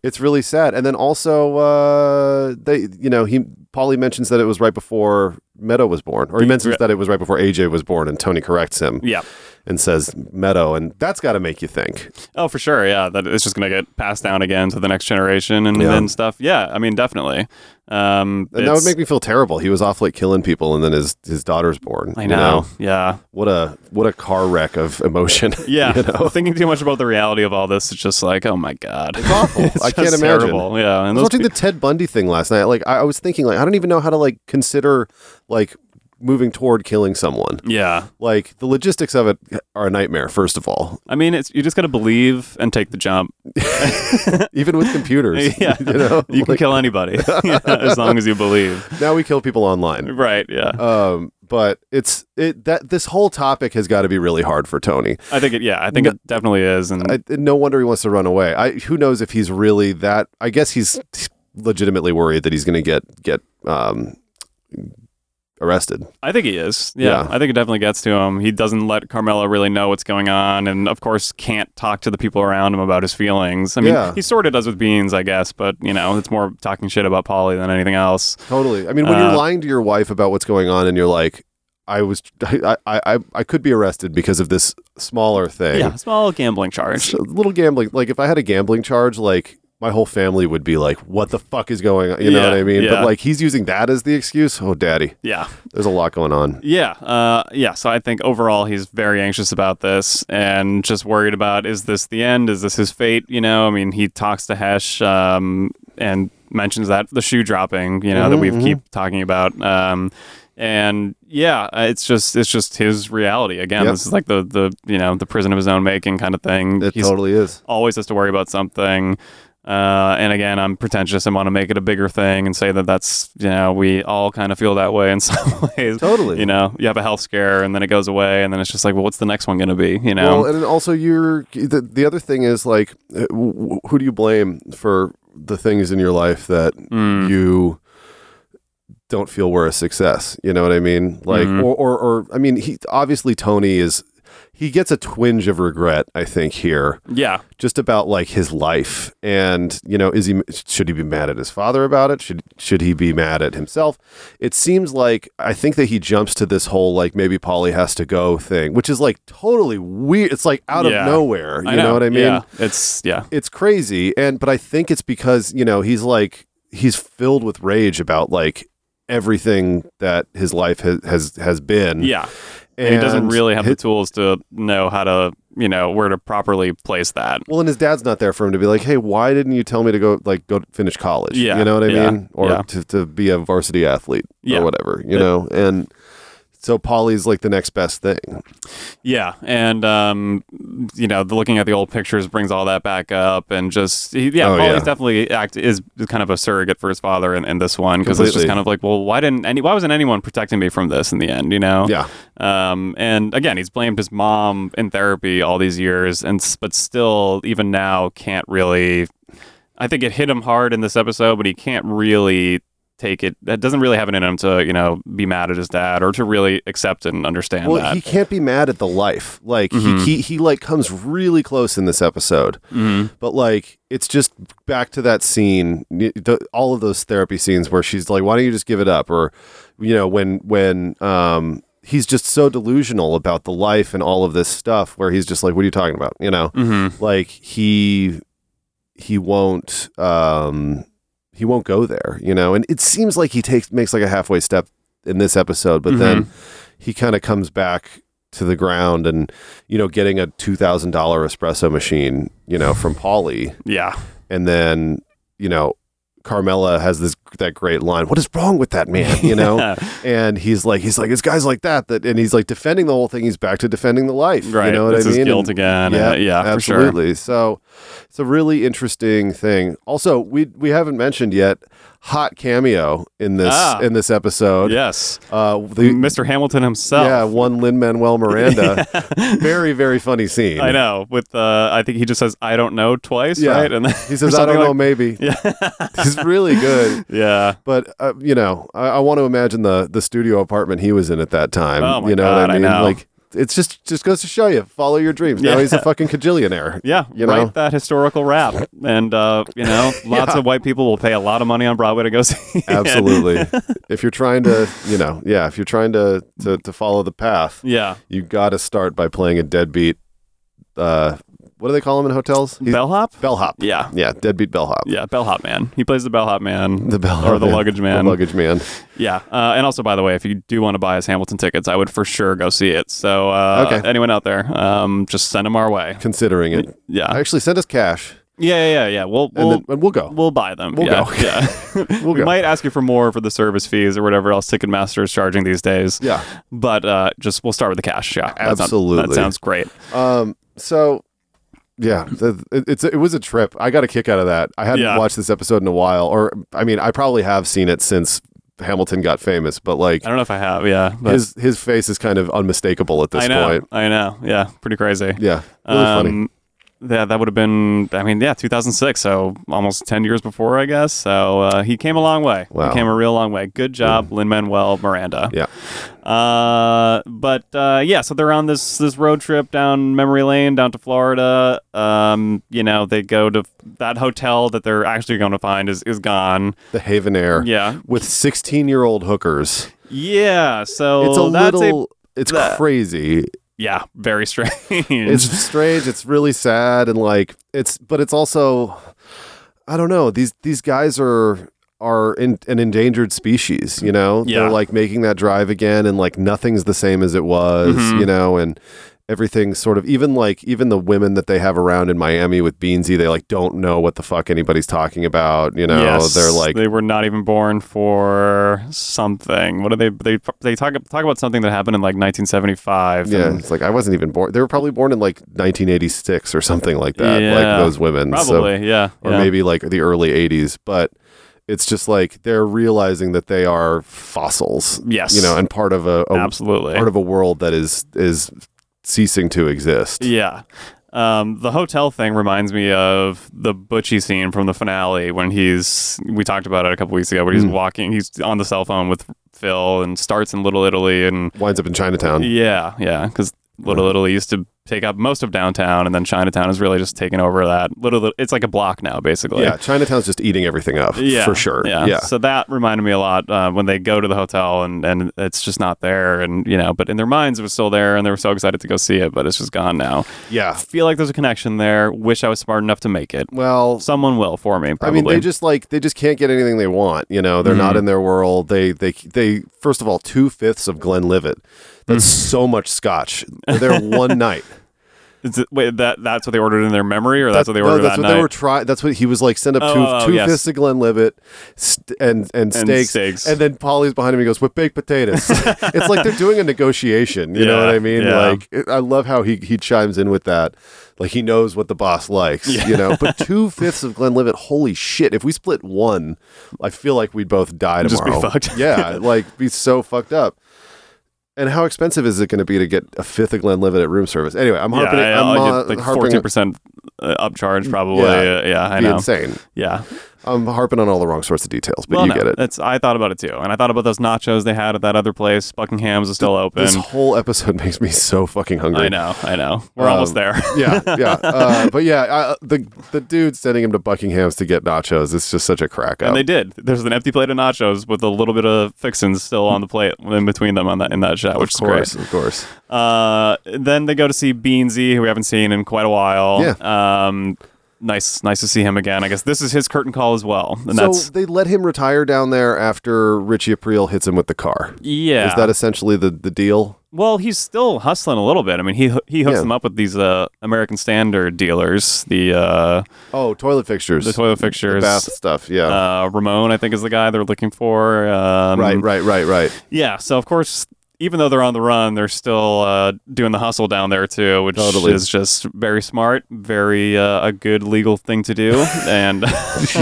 Speaker 6: it's really sad. And then also uh, they you know he Paulie mentions that it was right before Meadow was born, or he mentions
Speaker 4: Right.
Speaker 6: that it was right before AJ was born, and Tony corrects him
Speaker 4: yeah.
Speaker 6: and says Meadow, and that's got to make you think.
Speaker 4: Oh, for sure. Yeah, that it's just gonna get passed down again to the next generation and
Speaker 6: Yeah.
Speaker 4: then stuff. Yeah, I mean, definitely. Um,
Speaker 6: And that would
Speaker 4: it's-
Speaker 6: make me feel terrible. He was off late killing people, and then his his daughter's born.
Speaker 4: I
Speaker 6: you
Speaker 4: know. Yeah.
Speaker 6: what a what a car wreck of emotion.
Speaker 4: Yeah.
Speaker 6: you know?
Speaker 4: Thinking too much about the reality of all this, it's just like, oh my god, it's
Speaker 6: awful. I can't
Speaker 4: just
Speaker 6: imagine.
Speaker 4: Terrible. Yeah. And
Speaker 6: I was
Speaker 4: those
Speaker 6: watching
Speaker 4: pe-
Speaker 6: the Ted Bundy thing last night. Like I, I was thinking, like I don't even know how to like consider like moving toward killing someone.
Speaker 4: yeah.
Speaker 6: like the logistics of it are a nightmare first of all
Speaker 4: I mean, it's you just gotta believe and take the jump.
Speaker 6: even with computers
Speaker 4: yeah.
Speaker 6: you know
Speaker 4: You can
Speaker 6: Like,
Speaker 4: kill anybody yeah, as long as you believe.
Speaker 6: now we kill people online
Speaker 4: Right. Yeah.
Speaker 6: um but it's it that this whole topic has got to be really hard for tony
Speaker 4: I think it. Yeah. I think it definitely is. And
Speaker 6: I, no wonder he wants to run away i who knows if he's really that i guess he's legitimately worried that he's gonna get get um arrested
Speaker 4: I think he is. Yeah,
Speaker 6: Yeah.
Speaker 4: I think it definitely gets to him. He doesn't let Carmela really know what's going on, and of course can't talk to the people around him about his feelings. I mean,
Speaker 6: Yeah.
Speaker 4: he sort of does with Beans, I guess, but you know, it's more talking shit about Polly than anything else.
Speaker 6: totally i mean when
Speaker 4: Uh,
Speaker 6: you're lying to your wife about what's going on and you're like i was i i i, I could be arrested because of this smaller thing
Speaker 4: Yeah, small gambling charge.
Speaker 6: So, little gambling. Like if I had a gambling charge, like my whole family would be like, "What the fuck is going on?" You know
Speaker 4: Yeah,
Speaker 6: what I mean?
Speaker 4: yeah.
Speaker 6: But like he's using that as the excuse. Oh, daddy,
Speaker 4: Yeah,
Speaker 6: there's a lot going on.
Speaker 4: yeah, uh, yeah. So I think overall he's very anxious about this and just worried about is this the end? Is this his fate? You know, I mean, he talks to Hesh um, and mentions that the shoe dropping. You know,
Speaker 6: Mm-hmm,
Speaker 4: that we have keep talking about. Um, and yeah, uh, it's just it's just his reality again.
Speaker 6: Yep.
Speaker 4: This is like the the you know the prison of his own making kind of thing.
Speaker 6: It
Speaker 4: He's
Speaker 6: totally is.
Speaker 4: always has to worry about something. Uh, and again, I'm pretentious and want to make it a bigger thing and say that that's, you know, we all kind of feel that way in some ways.
Speaker 6: Totally.
Speaker 4: You know, you have a health scare and then it goes away and then it's just like, well, what's the next one going to be? You know?
Speaker 6: Well, and then also you're the, the other thing is like, uh, wh- who do you blame for the things in your life that
Speaker 4: Mm.
Speaker 6: you don't feel were a success? You know what I mean? Like,
Speaker 4: Mm-hmm.
Speaker 6: or, or, or I mean, he obviously Tony is. He gets a twinge of regret, I think, here.
Speaker 4: yeah.
Speaker 6: just about like his life and you know is he should he be mad at his father about it should should he be mad at himself it seems like i think that he jumps to this whole like maybe polly has to go thing which is like totally weird it's like out
Speaker 4: Yeah.
Speaker 6: of nowhere you know. what i mean
Speaker 4: Yeah. It's, yeah.
Speaker 6: it's crazy and but i think it's because you know he's like he's filled with rage about like everything that his life has has, has been
Speaker 4: Yeah. And, he doesn't
Speaker 6: And
Speaker 4: really have
Speaker 6: hi-
Speaker 4: the tools to know how to, you know, where to properly place that.
Speaker 6: Well, and his dad's not there for him to be like, "Hey, why didn't you tell me to go like go finish college?"
Speaker 4: Yeah,
Speaker 6: you know what I
Speaker 4: yeah,
Speaker 6: mean, or
Speaker 4: yeah.
Speaker 6: to, to be a varsity athlete
Speaker 4: Yeah.
Speaker 6: or whatever, you know. And so Polly's like the next best thing.
Speaker 4: Yeah, and um, you know, the, looking at the old pictures brings all that back up, and just he, yeah,
Speaker 6: Oh,
Speaker 4: Paulie's
Speaker 6: yeah.
Speaker 4: definitely act is kind of a surrogate for his father in, in this one because it's just
Speaker 6: Completely.
Speaker 4: kind of like, well, why didn't any, why wasn't anyone protecting me from this in the end, you know?
Speaker 6: Yeah.
Speaker 4: Um, and again, he's blamed his mom in therapy all these years, and s- but still, even now, can't really. I think it hit him hard in this episode, but he can't really take it. That doesn't really have it in him to you know be mad at his dad or to really accept and understand
Speaker 6: well,
Speaker 4: that. Mm-hmm.
Speaker 6: he can't be mad at the life. Like he, he he like comes really close in this episode,
Speaker 4: Mm-hmm.
Speaker 6: but like it's just back to that scene, y- the, all of those therapy scenes where she's like, "Why don't you just give it up?" Or you know when when um. He's just so delusional about the life and all of this stuff where he's just like, What are you talking about? You know?
Speaker 4: mm-hmm.
Speaker 6: like he he won't um he won't go there you know and it seems like he takes makes like a halfway step in this episode but
Speaker 4: Mm-hmm.
Speaker 6: then he kind of comes back to the ground and you know getting a $2000 espresso machine you know from Polly
Speaker 4: Yeah.
Speaker 6: and then you know Carmela has this that great line. What is wrong with that man? You know, and he's like, he's like, it's guys like that that, and he's like defending the whole thing. He's back to defending the life.
Speaker 4: Right.
Speaker 6: You know what
Speaker 4: It's
Speaker 6: I
Speaker 4: his
Speaker 6: mean?
Speaker 4: guilt again, uh, yeah, for sure.
Speaker 6: absolutely. So it's a really interesting thing. Also, we we haven't mentioned yet hot cameo in this
Speaker 4: Ah.
Speaker 6: in this episode.
Speaker 4: Yes.
Speaker 6: Uh, the
Speaker 4: Mr. Hamilton himself.
Speaker 6: yeah, one Lin Manuel Miranda. Very, very funny scene.
Speaker 4: I know. With uh, I think he just says "I don't know" twice,
Speaker 6: Yeah.
Speaker 4: right? And then,
Speaker 6: He
Speaker 4: or
Speaker 6: says, I
Speaker 4: something
Speaker 6: don't know,
Speaker 4: like-
Speaker 6: maybe.
Speaker 4: Yeah,
Speaker 6: He's really good.
Speaker 4: yeah.
Speaker 6: But, uh, you know, I, I want to imagine the, the studio apartment he was in at that time.
Speaker 4: Oh my
Speaker 6: you know
Speaker 4: God,
Speaker 6: what I
Speaker 4: I
Speaker 6: mean?
Speaker 4: know.
Speaker 6: Like, it's just just goes to show you, follow your dreams. Now
Speaker 4: Yeah.
Speaker 6: he's a fucking cajillionaire.
Speaker 4: Yeah,
Speaker 6: You
Speaker 4: write
Speaker 6: know?
Speaker 4: that historical rap, and uh, you know, lots of white people will pay a lot of money on Broadway to go see. it.
Speaker 6: Absolutely. if you're trying to, you know, yeah, if you're trying to, to, to follow the path,
Speaker 4: yeah,
Speaker 6: you got to start by playing a deadbeat. Uh, what do they call him in hotels? He's-
Speaker 4: bellhop.
Speaker 6: bellhop.
Speaker 4: Yeah.
Speaker 6: Yeah. Deadbeat bellhop.
Speaker 4: Yeah, bellhop man. He plays the bellhop man,
Speaker 6: The bellhop.
Speaker 4: or the luggage man.
Speaker 6: The luggage man.
Speaker 4: Yeah, uh, and also by the way, if you do want to buy his Hamilton tickets, I would for sure go see it. So uh,
Speaker 6: Okay.
Speaker 4: anyone out there, um, just send them our way.
Speaker 6: Considering it.
Speaker 4: Yeah,
Speaker 6: Actually, send us cash
Speaker 4: yeah, yeah, yeah, yeah. Uh, We'll
Speaker 6: and,
Speaker 4: we'll,
Speaker 6: then, and we'll go.
Speaker 4: we'll buy them.
Speaker 6: We'll
Speaker 4: yeah,
Speaker 6: go.
Speaker 4: yeah.
Speaker 6: We'll
Speaker 4: we
Speaker 6: go.
Speaker 4: might ask you for more for the service fees or whatever else Ticketmaster is charging these days.
Speaker 6: Yeah.
Speaker 4: but uh, just we'll start with the cash. Yeah, That sounds-
Speaker 6: Absolutely.
Speaker 4: that sounds great.
Speaker 6: Um, so yeah, th- it, it's it was a trip. I got a kick out of that. I hadn't
Speaker 4: Yeah.
Speaker 6: watched this episode in a while, or I mean, I probably have seen it since Hamilton got famous, but like
Speaker 4: I don't know if I have. Yeah, but
Speaker 6: his his face is kind of unmistakable at this
Speaker 4: I know. Um,
Speaker 6: point.
Speaker 4: I know. Yeah, pretty crazy.
Speaker 6: Yeah, really funny.
Speaker 4: Yeah, that would have been. I mean, yeah, 2006. So almost 10 years before, I guess. So uh, he came a long way.
Speaker 6: Wow.
Speaker 4: He came a real long way. Good job, Lin Manuel Miranda.
Speaker 6: Yeah,
Speaker 4: Uh, but uh, yeah, so they're on this this road trip down memory lane down to Florida. Um, you know, they go to that hotel that they're actually going to find is is gone.
Speaker 6: the Haven Air.
Speaker 4: Yeah.
Speaker 6: with sixteen year old hookers.
Speaker 4: Yeah. So
Speaker 6: it's a
Speaker 4: Oh, that's
Speaker 6: little. it's
Speaker 4: that-
Speaker 6: crazy.
Speaker 4: yeah, very strange.
Speaker 6: It's strange. It's really sad, and like it's, but it's also, I don't know. These these guys are are in, an endangered species. You know,
Speaker 4: Yeah.
Speaker 6: they're like making that drive again, and like nothing's the same as it was.
Speaker 4: Mm-hmm.
Speaker 6: You know, and everything's sort of even like even the women that they have around in Miami with Beansy, they like don't know what the fuck anybody's talking about. You know,
Speaker 4: Yes,
Speaker 6: they're like
Speaker 4: they were not even born for something. What are they? They they talk talk about something that happened in like 1975.
Speaker 6: Yeah,
Speaker 4: and
Speaker 6: it's like I wasn't even born. They were probably born in like 1986 or something like that.
Speaker 4: Yeah.
Speaker 6: like those women, So-
Speaker 4: probably. yeah,
Speaker 6: or
Speaker 4: yeah.
Speaker 6: maybe like the early 80s but it's just like they're realizing that they are fossils
Speaker 4: Yes.
Speaker 6: you know and part of a, a-
Speaker 4: absolutely.
Speaker 6: part of a world that is is ceasing to exist
Speaker 4: yeah. Um, the hotel thing reminds me of the Butchie scene from the finale when he's we talked about it a couple weeks ago
Speaker 6: Mm.
Speaker 4: where he's walking he's on the cell phone with Phil and starts in Little Italy and
Speaker 6: winds up in chinatown
Speaker 4: Yeah, yeah, because Little Italy used to take up most of downtown, and then Chinatown is really just taking over that little. It's like a block now, basically.
Speaker 6: yeah chinatown's just eating everything up
Speaker 4: Yeah,
Speaker 6: for sure
Speaker 4: Yeah. so that reminded me a lot uh, when they go to the hotel and, and it's just not there, and you know, but in their minds it was still there, and they were so excited to go see it, but it's just gone now.
Speaker 6: yeah.
Speaker 4: Feel like there's a connection there. Wish I was smart enough to make it.
Speaker 6: well
Speaker 4: Someone will for me. Probably. Mm-hmm.
Speaker 6: I mean, they just like they just can't get anything they want. You know, they're not in their world. They they they first of all two fifths of Glenlivet. That's
Speaker 4: Mm.
Speaker 6: so much scotch. They're one night.
Speaker 4: Is it- wait, that that's what they ordered in their memory, or that's
Speaker 6: That-
Speaker 4: what they
Speaker 6: no,
Speaker 4: ordered
Speaker 6: that's
Speaker 4: that
Speaker 6: what
Speaker 4: night.
Speaker 6: they were trying. That's what he was like. Send up two
Speaker 4: Oh,
Speaker 6: two
Speaker 4: yes.
Speaker 6: fists of Glenlivet, st- and and steaks,
Speaker 4: steaks.
Speaker 6: and then Polly's behind him. He goes with baked potatoes. it's like they're doing a negotiation. You know
Speaker 4: Yeah,
Speaker 6: what I mean?
Speaker 4: yeah.
Speaker 6: Like it- I love how he he chimes in with that. Like he knows what the boss likes. You know, but two fifths of Glenlivet. Holy shit! If we split one, I feel like we'd both die
Speaker 4: Just be
Speaker 6: tomorrow.
Speaker 4: fucked.
Speaker 6: yeah, like be so fucked up. And how expensive is it going to be to get a fifth of Glenlivet at room service? Anyway, I'm harping.
Speaker 4: yeah,
Speaker 6: I'm
Speaker 4: I'll
Speaker 6: uh,
Speaker 4: get like
Speaker 6: harping Mm,
Speaker 4: fourteen percent uh, upcharge, probably.
Speaker 6: Yeah.
Speaker 4: Yeah, yeah I
Speaker 6: be
Speaker 4: know.
Speaker 6: insane.
Speaker 4: Yeah,
Speaker 6: I'm harping on all the wrong sorts of details, but
Speaker 4: well,
Speaker 6: you
Speaker 4: no,
Speaker 6: get it.
Speaker 4: That's I thought about it too, and I thought about those nachos they had at that other place. Buckingham's is still open.
Speaker 6: This whole episode makes me so fucking hungry.
Speaker 4: I know, I know. We're almost there.
Speaker 6: yeah, yeah, uh, but yeah, I, the the dude sending him to Buckingham's to get nachos is just such a crack up.
Speaker 4: And they did. There's an empty plate of nachos with a little bit of fixins still on the plate in between them on that in that shot,
Speaker 6: of
Speaker 4: which
Speaker 6: course,
Speaker 4: is great.
Speaker 6: of course.
Speaker 4: Uh, then they go to see Beansy, who we haven't seen in quite a while.
Speaker 6: Yeah.
Speaker 4: Um, nice, nice to see him again. I guess this is his curtain call as well, and
Speaker 6: so
Speaker 4: that's
Speaker 6: they let him retire down there after Richie April hits him with the car.
Speaker 4: yeah.
Speaker 6: Is that essentially the, the deal?
Speaker 4: well, he's still hustling a little bit. I mean, he he hooks
Speaker 6: Yeah.
Speaker 4: them up with these uh, American Standard dealers, the uh,
Speaker 6: Oh, toilet fixtures.
Speaker 4: the toilet fixtures.
Speaker 6: bath stuff, yeah.
Speaker 4: uh, Ramon, I think, is the guy they're looking for. Um,
Speaker 6: right, right, right, right.
Speaker 4: Yeah. So of course, even though they're on the run, they're still uh, doing the hustle down there too, which
Speaker 6: Totally.
Speaker 4: is just very smart, very uh, a good legal thing to do, and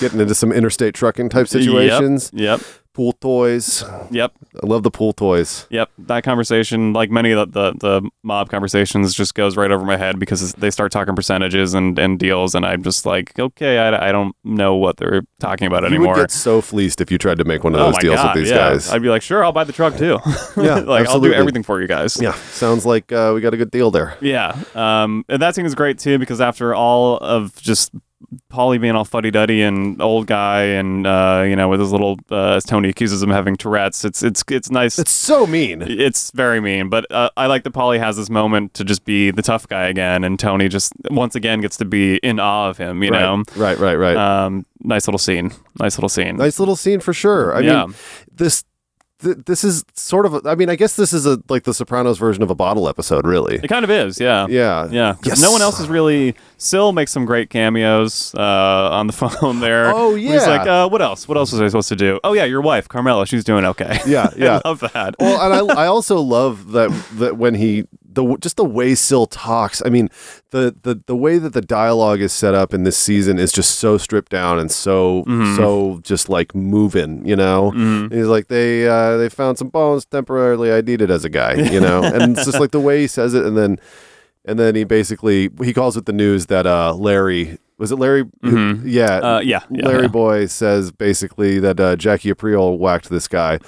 Speaker 6: Getting into some interstate trucking type situations.
Speaker 4: Yep.
Speaker 6: Pool toys. I
Speaker 4: Yep. Yep.
Speaker 6: love the pool toys.
Speaker 4: Yep, that conversation, like many of the, the, the mob conversations, just goes right over my head because they start talking percentages and, and deals, and I'm just like, okay, I, I don't know what they're talking about
Speaker 6: You
Speaker 4: anymore.
Speaker 6: would get so fleeced if you tried to make one of
Speaker 4: Oh
Speaker 6: those
Speaker 4: my
Speaker 6: deals
Speaker 4: God,
Speaker 6: with these
Speaker 4: yeah.
Speaker 6: guys.
Speaker 4: I'd be like, sure, I'll buy the truck too.
Speaker 6: Yeah,
Speaker 4: like I'll do
Speaker 6: absolutely.
Speaker 4: everything for you guys.
Speaker 6: yeah, sounds like uh, we got a good deal there.
Speaker 4: Yeah. Um, and that scene is great too because after all of just Polly being all fuddy duddy and old guy and uh, you know with his little uh, as Tony accuses him of having Tourette's, it's it's it's nice.
Speaker 6: It's so mean.
Speaker 4: it's very mean, but uh, I like that Polly has this moment to just be the tough guy again, and Tony just once again gets to be in awe of him. You know,
Speaker 6: Right, right, right.
Speaker 4: um, nice little scene, nice little scene.
Speaker 6: nice little scene for sure. I
Speaker 4: Yeah.
Speaker 6: mean, this th- this is sort of. a- I mean, I guess this is a like the Sopranos version of a bottle episode, really.
Speaker 4: It kind of is, yeah.
Speaker 6: Yeah,
Speaker 4: Yeah, because
Speaker 6: Yes.
Speaker 4: no one else is really. Syl makes some great cameos uh, on the phone there.
Speaker 6: Oh,
Speaker 4: he's
Speaker 6: yeah.
Speaker 4: like, uh, what else? What else was I supposed to do? Oh yeah, your wife, Carmela. She's doing okay.
Speaker 6: Yeah, yeah.
Speaker 4: I love that.
Speaker 6: well, and I, I also love that that when he the just the way Syl talks. I mean, the the the way that the dialogue is set up in this season is just so stripped down and so
Speaker 4: Mm-hmm.
Speaker 6: so just like moving. You know, he's like they uh, they found some bones temporarily ID'd as a guy. You know, and it's just like the way he says it, and then and then he basically he calls it the news that uh, Larry. Was it Larry? Yeah,
Speaker 4: Uh, yeah, yeah,
Speaker 6: Larry
Speaker 4: yeah.
Speaker 6: Boy says basically that uh, Jackie Aprile whacked this guy.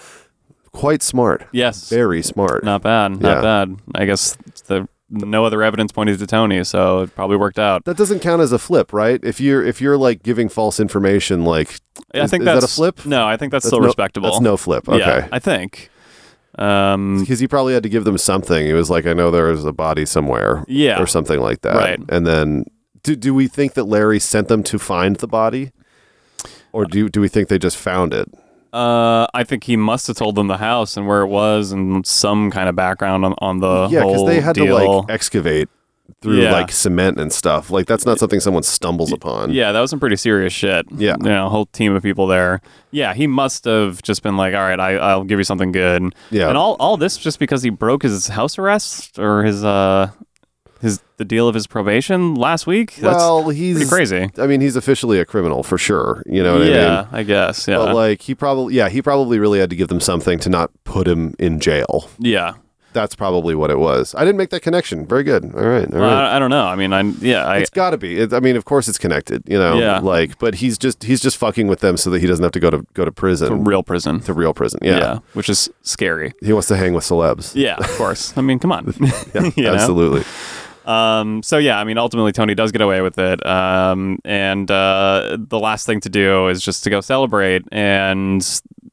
Speaker 6: Quite smart.
Speaker 4: yes,
Speaker 6: Very smart.
Speaker 4: not bad,
Speaker 6: Yeah.
Speaker 4: not bad. I guess the no other evidence pointed to Tony, so it probably worked out.
Speaker 6: That doesn't count as a flip, right? If you're if you're like giving false information, like
Speaker 4: I
Speaker 6: is-
Speaker 4: think
Speaker 6: is that a
Speaker 4: that's
Speaker 6: flip?
Speaker 4: No, I think that's, still
Speaker 6: no-
Speaker 4: respectable.
Speaker 6: That's no flip.
Speaker 4: Yeah,
Speaker 6: Okay.
Speaker 4: I think. Um,
Speaker 6: Because he probably had to give them something. He was like, I know there is a body somewhere.
Speaker 4: Yeah.
Speaker 6: Or something like that.
Speaker 4: Right.
Speaker 6: And then do, do we think that Larry sent them to find the body? Or do do we think they just found it?
Speaker 4: uh, I think he must have told them the house and where it was and some kind of background on, on the
Speaker 6: yeah,
Speaker 4: whole
Speaker 6: they had
Speaker 4: deal.
Speaker 6: to like excavate through
Speaker 4: Yeah.
Speaker 6: like cement and stuff. Like that's not something someone stumbles upon.
Speaker 4: Yeah, that was some pretty serious shit.
Speaker 6: Yeah.
Speaker 4: You know, a whole team of people there. Yeah, he must have just been like, all right, I, I'll give you something good.
Speaker 6: Yeah.
Speaker 4: And all, all this just because he broke his house arrest or his, uh, his, the deal of his probation last week.
Speaker 6: well, he's
Speaker 4: pretty crazy.
Speaker 6: I mean, he's officially a criminal for sure. You know
Speaker 4: That's,
Speaker 6: what I mean?
Speaker 4: yeah, I guess. Yeah.
Speaker 6: But like he probably yeah, he probably really had to give them something to not put him in jail.
Speaker 4: yeah.
Speaker 6: That's probably what it was. I didn't make that connection. Very good. All right. All
Speaker 4: Well,
Speaker 6: right.
Speaker 4: I, I don't know. I mean, I, yeah, I,
Speaker 6: it's got to be. It, I mean, of course it's connected, you know.
Speaker 4: Yeah.
Speaker 6: Like, but he's just he's just fucking with them so that he doesn't have to go to go to prison.
Speaker 4: to real prison.
Speaker 6: to real prison. Yeah.
Speaker 4: Which is scary.
Speaker 6: He wants to hang with celebs.
Speaker 4: Yeah, of course. I mean, come on. You know?
Speaker 6: Absolutely.
Speaker 4: Um, so yeah, I mean, ultimately Tony does get away with it. Um, and uh, the last thing to do is just to go celebrate. And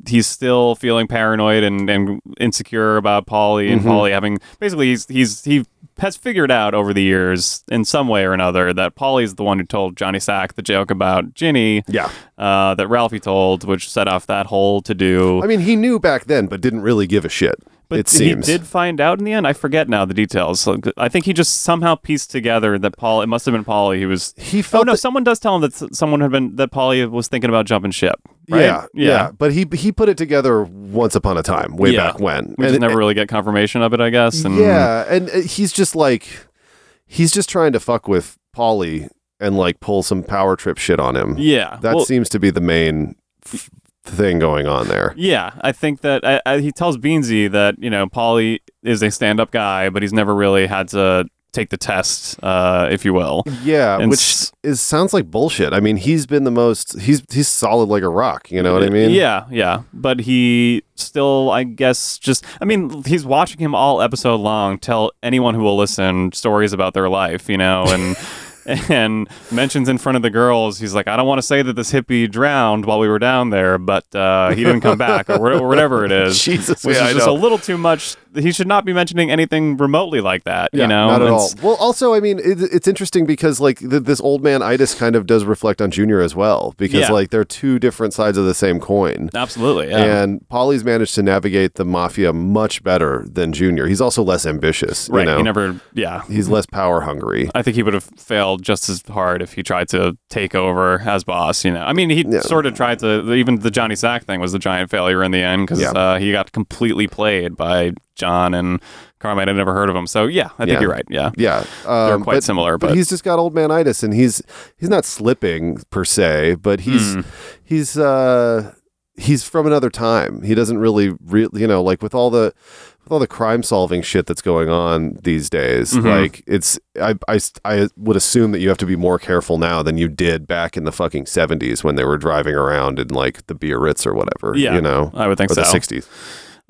Speaker 4: he's still feeling paranoid and, and insecure about Polly
Speaker 6: Mm-hmm.
Speaker 4: and Polly having basically he's he's he has figured out over the years in some way or another that Polly's the one who told Johnny Sack the joke about Ginny.
Speaker 6: Yeah.
Speaker 4: Uh, that Ralphie told, which set off that whole to do.
Speaker 6: I mean, he knew back then, but didn't really give a shit.
Speaker 4: But
Speaker 6: it seems.
Speaker 4: he did find out in the end. I forget now the details. So, I think he just somehow pieced together that Paul. It must have been Polly who was.
Speaker 6: He
Speaker 4: Oh
Speaker 6: felt
Speaker 4: no!
Speaker 6: that-
Speaker 4: someone does tell him that s- someone had been that Polly was thinking about jumping ship. Right?
Speaker 6: Yeah, yeah, But he he put it together once upon a time, way
Speaker 4: Yeah.
Speaker 6: back when.
Speaker 4: We
Speaker 6: And
Speaker 4: just
Speaker 6: it-
Speaker 4: never really get confirmation of it, I guess. And
Speaker 6: yeah, and uh, he's just like, he's just trying to fuck with Polly and like pull some power trip shit on him.
Speaker 4: yeah.
Speaker 6: that
Speaker 4: well,
Speaker 6: seems to be the main f- thing going on there.
Speaker 4: Yeah, I think that I, I, he tells Beansy that you know Polly is a stand-up guy, but he's never really had to take the test, uh, if you will.
Speaker 6: Yeah,
Speaker 4: And
Speaker 6: which
Speaker 4: s-
Speaker 6: is sounds like bullshit. I mean, he's been the most he's he's solid like a rock. You know what I mean?
Speaker 4: Yeah, yeah. But he still, I guess, just, I mean, he's watching him all episode long tell anyone who will listen stories about their life, you know, and. And mentions in front of the girls, he's like, I don't want to say that this hippie drowned while we were down there, but uh, he didn't come back or wha- or whatever it is.
Speaker 6: Jesus,
Speaker 4: which
Speaker 6: yeah,
Speaker 4: is
Speaker 6: I
Speaker 4: just
Speaker 6: know.
Speaker 4: a little too much he should not be mentioning anything remotely like that. you know,
Speaker 6: not at all.
Speaker 4: It's-
Speaker 6: Well, also, I mean, it, it's interesting because like th- this old man itis kind of does reflect on Junior as well because
Speaker 4: Yeah.
Speaker 6: like they're two different sides of the same coin.
Speaker 4: Absolutely. Yeah.
Speaker 6: And Polly's managed to navigate the mafia much better than Junior. He's also less ambitious.
Speaker 4: right.
Speaker 6: You know?
Speaker 4: He never. Yeah.
Speaker 6: He's less power hungry.
Speaker 4: I think he would have failed just as hard if he tried to take over as boss. You know, I mean, he
Speaker 6: Yeah.
Speaker 4: sort of tried to. Even the Johnny Sack thing was the giant failure in the end because
Speaker 6: Yeah.
Speaker 4: uh, he got completely played by John and Carmine. I'd never heard of him, so yeah, I think
Speaker 6: Yeah.
Speaker 4: you're right. Yeah,
Speaker 6: Yeah,
Speaker 4: they're
Speaker 6: um,
Speaker 4: quite
Speaker 6: but-
Speaker 4: similar,
Speaker 6: but,
Speaker 4: but,
Speaker 6: he's just got old man itis, and he's he's not slipping per se, but
Speaker 4: Hmm.
Speaker 6: he's he's uh he's from another time. He doesn't really, re- you know, like with all the with all the crime solving shit that's going on these days.
Speaker 4: Mm-hmm.
Speaker 6: Like it's I, I s- I would assume that you have to be more careful now than you did back in the fucking seventies when they were driving around in like the Biarritz or whatever.
Speaker 4: Yeah,
Speaker 6: you know,
Speaker 4: I would think
Speaker 6: or the
Speaker 4: so.
Speaker 6: sixties.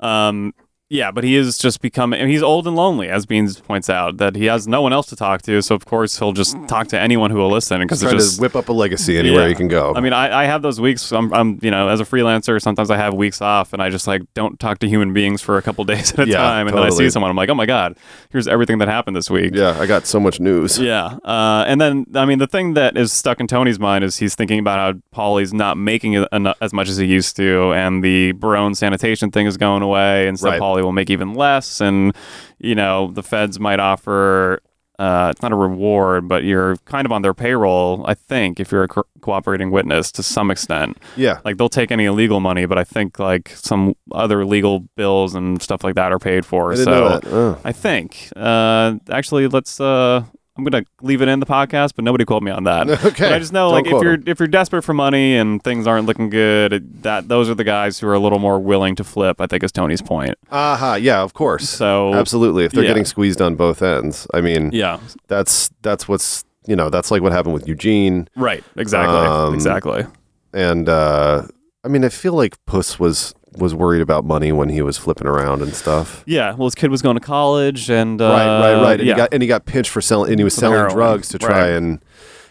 Speaker 4: Um, yeah, but he is just becoming. and He's old and lonely, as Beans points out, that he has no one else to talk to. So of course he'll just talk to anyone who will listen because it's
Speaker 6: Trying
Speaker 4: just
Speaker 6: to whip up a legacy anywhere
Speaker 4: Yeah.
Speaker 6: you can go.
Speaker 4: I mean, I, I have those weeks. I'm, I'm, you know, as a freelancer, sometimes I have weeks off and I just like don't talk to human beings for a couple days at a
Speaker 6: Yeah,
Speaker 4: time. And then I see
Speaker 6: totally.
Speaker 4: someone, I'm like, oh my God, here's everything that happened this week.
Speaker 6: yeah, I got so much news.
Speaker 4: Yeah. Uh, and then, I mean, the thing that is stuck in Tony's mind is he's thinking about how Polly's not making it eno- as much as he used to, and the Barone sanitation thing is going away, and so
Speaker 6: Right.
Speaker 4: Polly will make even less. And, you know, the feds might offer. Uh, it's not a reward, but you're kind of on their payroll, I think, if you're a co- cooperating witness to some extent.
Speaker 6: yeah.
Speaker 4: Like they'll take any illegal money, but I think like some other legal bills and stuff like that are paid for.
Speaker 6: I didn't
Speaker 4: so
Speaker 6: know that. Oh.
Speaker 4: I think. Uh, actually, let's. Uh, I'm gonna leave it in the podcast, but nobody quote me on that.
Speaker 6: Okay.
Speaker 4: But I just know,
Speaker 6: Don't
Speaker 4: like, if
Speaker 6: quote
Speaker 4: you're
Speaker 6: him.
Speaker 4: if you're desperate for money and things aren't looking good, it- that those are the guys who are a little more willing to flip. I think is Tony's point.
Speaker 6: Aha, yeah, of course.
Speaker 4: So-
Speaker 6: absolutely, if they're
Speaker 4: yeah.
Speaker 6: getting squeezed on both ends, I mean,
Speaker 4: Yeah.
Speaker 6: that's that's what's you know that's like what happened with Eugene,
Speaker 4: Right. Exactly.
Speaker 6: Um,
Speaker 4: exactly.
Speaker 6: and uh, I mean, I feel like Puss was was worried about money when he was flipping around and stuff.
Speaker 4: Yeah. Well, his kid was going to college, and uh,
Speaker 6: right, right, right. And
Speaker 4: yeah.
Speaker 6: he got and he got pinched for selling, and he was
Speaker 4: Some
Speaker 6: selling
Speaker 4: heroin.
Speaker 6: drugs to try
Speaker 4: Right.
Speaker 6: and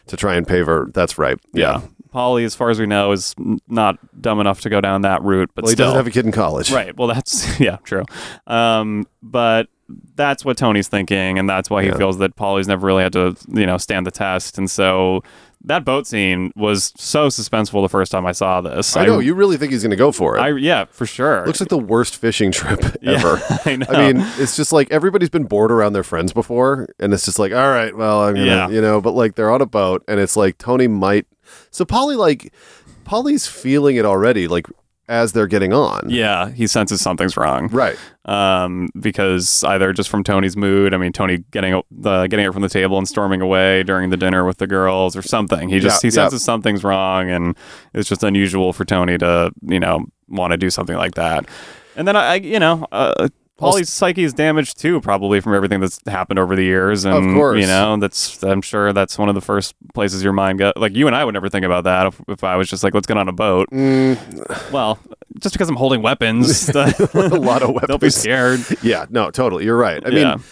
Speaker 6: to try and pay her. That's right.
Speaker 4: yeah. Polly, as far as we know, is n- not dumb enough to go down that route, but
Speaker 6: Well, he
Speaker 4: still.
Speaker 6: doesn't have a kid in college.
Speaker 4: Right. Well, that's yeah, true. Um, but that's what Tony's thinking, and that's why he feels that Polly's never really had to, you know, stand the test. And so that boat scene was so suspenseful the first time I saw this.
Speaker 6: I know you really think he's going to go for it.
Speaker 4: I yeah, for sure.
Speaker 6: Looks like the worst fishing trip ever.
Speaker 4: I know.
Speaker 6: mean, it's just like everybody's been bored around their friends before, and it's just like, all right, well, I'm gonna,
Speaker 4: Yeah.
Speaker 6: you know, but like they're on a boat, and it's like Tony might. So Polly, like, Polly's feeling it already, like as they're getting on.
Speaker 4: yeah, he senses something's wrong.
Speaker 6: Right.
Speaker 4: um, because either just from Tony's mood, I mean, Tony getting the getting it from the table and storming away during the dinner with the girls or something. He just
Speaker 6: Yeah,
Speaker 4: he
Speaker 6: yeah.
Speaker 4: senses something's wrong, and it's just unusual for Tony to you know want to do something like that. And then I, I you know. Uh, Paulie's psyche is damaged too, probably from everything that's happened over the years, and
Speaker 6: Of course.
Speaker 4: you know that's I'm sure that's one of the first places your mind goes. Like you and I would never think about that if, if I was just like, let's get on a boat.
Speaker 6: Mm.
Speaker 4: Well, just because I'm holding weapons,
Speaker 6: a lot of
Speaker 4: Don't be
Speaker 6: weapons.
Speaker 4: scared.
Speaker 6: Yeah. No. Totally. You're right. I
Speaker 4: Yeah.
Speaker 6: mean,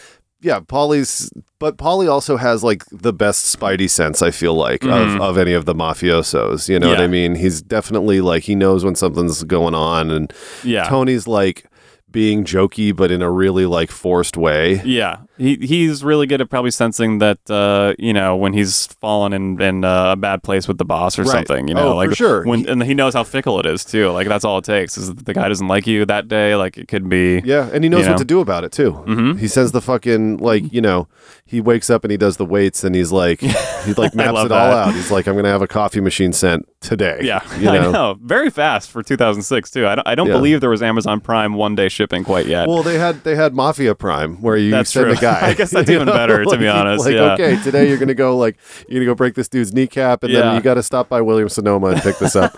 Speaker 6: yeah. Polly's, but Polly also has like the best Spidey sense. I feel like of of any of the mafiosos. You know what
Speaker 4: Mm-hmm. Yeah.
Speaker 6: I mean? He's definitely like he knows when something's going on, and
Speaker 4: Yeah.
Speaker 6: Tony's like being jokey, but in a really like forced way.
Speaker 4: Yeah, he he's really good at probably sensing that uh, you know when he's fallen in in uh, a bad place with the boss or
Speaker 6: Right.
Speaker 4: something. You know,
Speaker 6: Oh,
Speaker 4: like
Speaker 6: for sure.
Speaker 4: When, and he knows how fickle it is too. Like that's all it takes is that the guy doesn't like you that day. Like it could be.
Speaker 6: Yeah, and he
Speaker 4: You know?
Speaker 6: knows
Speaker 4: Mm-hmm.
Speaker 6: what to do about it too. He says the fucking like you know he wakes up and he does the weights and he's like he like maps
Speaker 4: love
Speaker 6: it all
Speaker 4: that.
Speaker 6: out. He's like I'm gonna have a coffee machine sent today.
Speaker 4: Yeah,
Speaker 6: you know.
Speaker 4: I know. Very fast for 2006 too. I don't, I don't
Speaker 6: Yeah.
Speaker 4: believe there was Amazon Prime one day shipping quite yet.
Speaker 6: Well, they had they had Mafia Prime where you
Speaker 4: That's
Speaker 6: send
Speaker 4: true.
Speaker 6: a guy.
Speaker 4: I guess that's
Speaker 6: You
Speaker 4: even better, to be
Speaker 6: like-
Speaker 4: honest,
Speaker 6: Like
Speaker 4: yeah.
Speaker 6: okay, today you're gonna go like you're gonna go break this dude's kneecap and
Speaker 4: Yeah.
Speaker 6: then you got to stop by William Sonoma and pick this up,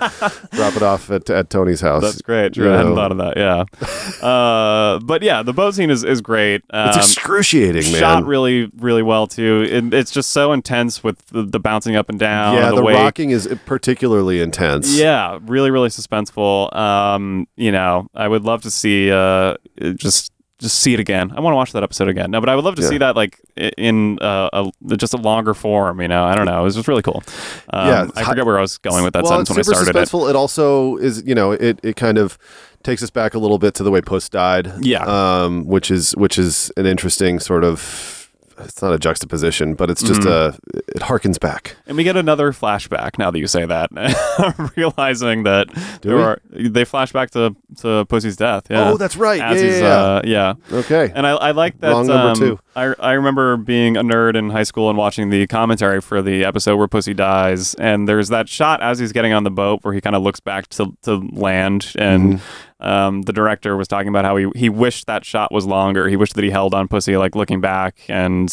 Speaker 6: drop it off at, at Tony's house.
Speaker 4: that's great. True.
Speaker 6: You
Speaker 4: I hadn't
Speaker 6: know.
Speaker 4: thought of that. Yeah. uh, but yeah, the boat scene is is great. Um,
Speaker 6: It's excruciating, man.
Speaker 4: shot really really well too. It, it's just so intense with the, the bouncing up and down.
Speaker 6: yeah,
Speaker 4: the,
Speaker 6: the,
Speaker 4: wake.
Speaker 6: rocking is particularly intense.
Speaker 4: Yeah, really, really suspenseful. Um, you know, I would love to see uh, just just see it again. I want to watch that episode again. No, but I would love to
Speaker 6: Yeah.
Speaker 4: see that like i- in uh, a, just a longer form. You know, I don't know. It was just really cool. Um,
Speaker 6: Yeah, it's
Speaker 4: I
Speaker 6: hi-
Speaker 4: forget where I was going with that
Speaker 6: well,
Speaker 4: sentence
Speaker 6: it's
Speaker 4: when I
Speaker 6: super
Speaker 4: started it.
Speaker 6: suspenseful. It. also is, you know, it, it kind of takes us back a little bit to the way Puss died.
Speaker 4: Yeah.
Speaker 6: um, which is which is an interesting sort of. It's not a juxtaposition, but it's just
Speaker 4: Mm-hmm.
Speaker 6: a. It harkens back.
Speaker 4: And we get another flashback now that you say that. I'm realizing that there
Speaker 6: we?
Speaker 4: are they flash back to to Pussy's death. Yeah.
Speaker 6: Oh, that's right.
Speaker 4: As
Speaker 6: Yeah,
Speaker 4: he's,
Speaker 6: yeah, yeah.
Speaker 4: Uh, yeah.
Speaker 6: Okay.
Speaker 4: And I, I like that.
Speaker 6: Wrong number
Speaker 4: um,
Speaker 6: two.
Speaker 4: I, I remember being a nerd in high school and watching the commentary for the episode where Pussy dies. And there's that shot as he's getting on the boat where he kind of looks back to, to land. And
Speaker 6: Mm-hmm.
Speaker 4: um, the director was talking about how he, he wished that shot was longer. He wished that he held on Pussy, like looking back and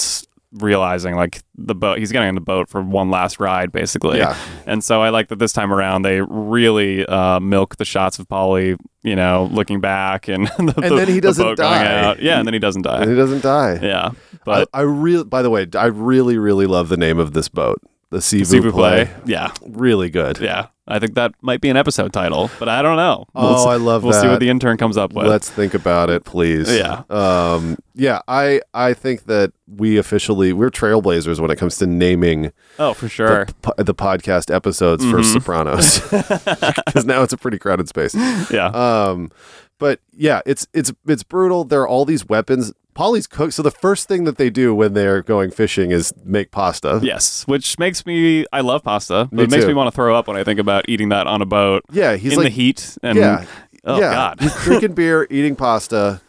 Speaker 4: realizing like the boat he's getting on the boat for one last ride basically
Speaker 6: Yeah.
Speaker 4: and so i like that this time around they really uh milk the shots of polly you know looking back and the,
Speaker 6: And then he doesn't
Speaker 4: boat going
Speaker 6: die.
Speaker 4: out. yeah and then he doesn't die
Speaker 6: and he doesn't die.
Speaker 4: Uh, yeah, but
Speaker 6: I, I really. By the way, I really, really love the name of this boat. The Sea
Speaker 4: see we
Speaker 6: play.
Speaker 4: play. Yeah,
Speaker 6: Really good.
Speaker 4: yeah. I think that might be an episode title, but I don't know.
Speaker 6: Oh,
Speaker 4: We'll s-
Speaker 6: I love
Speaker 4: We'll see
Speaker 6: that.
Speaker 4: what the intern comes up with.
Speaker 6: Let's think about it, please.
Speaker 4: Yeah.
Speaker 6: Um, yeah, I I think that we officially we're trailblazers when it comes to naming
Speaker 4: oh, for sure. Mm-hmm.
Speaker 6: the, po- the podcast episodes for Sopranos. Cuz now it's a pretty crowded space.
Speaker 4: yeah.
Speaker 6: Um, but yeah, it's it's it's brutal. There are all these weapons. Polly's cook. So the first thing that they do when they're going fishing is make pasta.
Speaker 4: yes, which makes me. I love pasta, but
Speaker 6: Me
Speaker 4: it makes
Speaker 6: too.
Speaker 4: me want to throw up when I think about eating that on a boat.
Speaker 6: Yeah, he's
Speaker 4: in
Speaker 6: like
Speaker 4: the heat and
Speaker 6: yeah.
Speaker 4: oh
Speaker 6: yeah.
Speaker 4: god.
Speaker 6: He's drinking beer, eating pasta.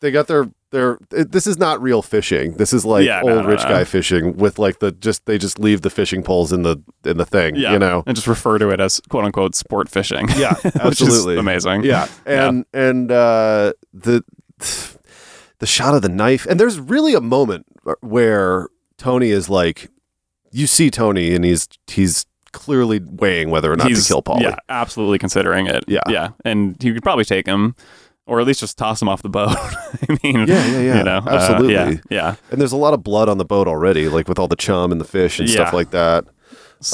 Speaker 6: They got their their it, this is not real fishing. This is like
Speaker 4: Yeah, no,
Speaker 6: old
Speaker 4: no,
Speaker 6: rich
Speaker 4: no.
Speaker 6: guy fishing with like the just they just leave the fishing poles in the in the thing,
Speaker 4: Yeah,
Speaker 6: you know.
Speaker 4: and just refer to it as "quote unquote" sport fishing.
Speaker 6: Yeah,
Speaker 4: Which is
Speaker 6: absolutely.
Speaker 4: amazing.
Speaker 6: Yeah. And and uh the the shot of the knife and there's really a moment where Tony is like you see Tony and he's he's clearly weighing whether or not
Speaker 4: He's-
Speaker 6: to kill Polly.
Speaker 4: Yeah, absolutely considering it.
Speaker 6: Yeah.
Speaker 4: yeah, and you could probably take him, or at least just toss him off the boat. I mean,
Speaker 6: Yeah, yeah, yeah.
Speaker 4: you know, uh,
Speaker 6: Absolutely.
Speaker 4: yeah, yeah.
Speaker 6: And there's a lot of blood on the boat already, like with all the chum and the fish and stuff
Speaker 4: Yeah.
Speaker 6: like that.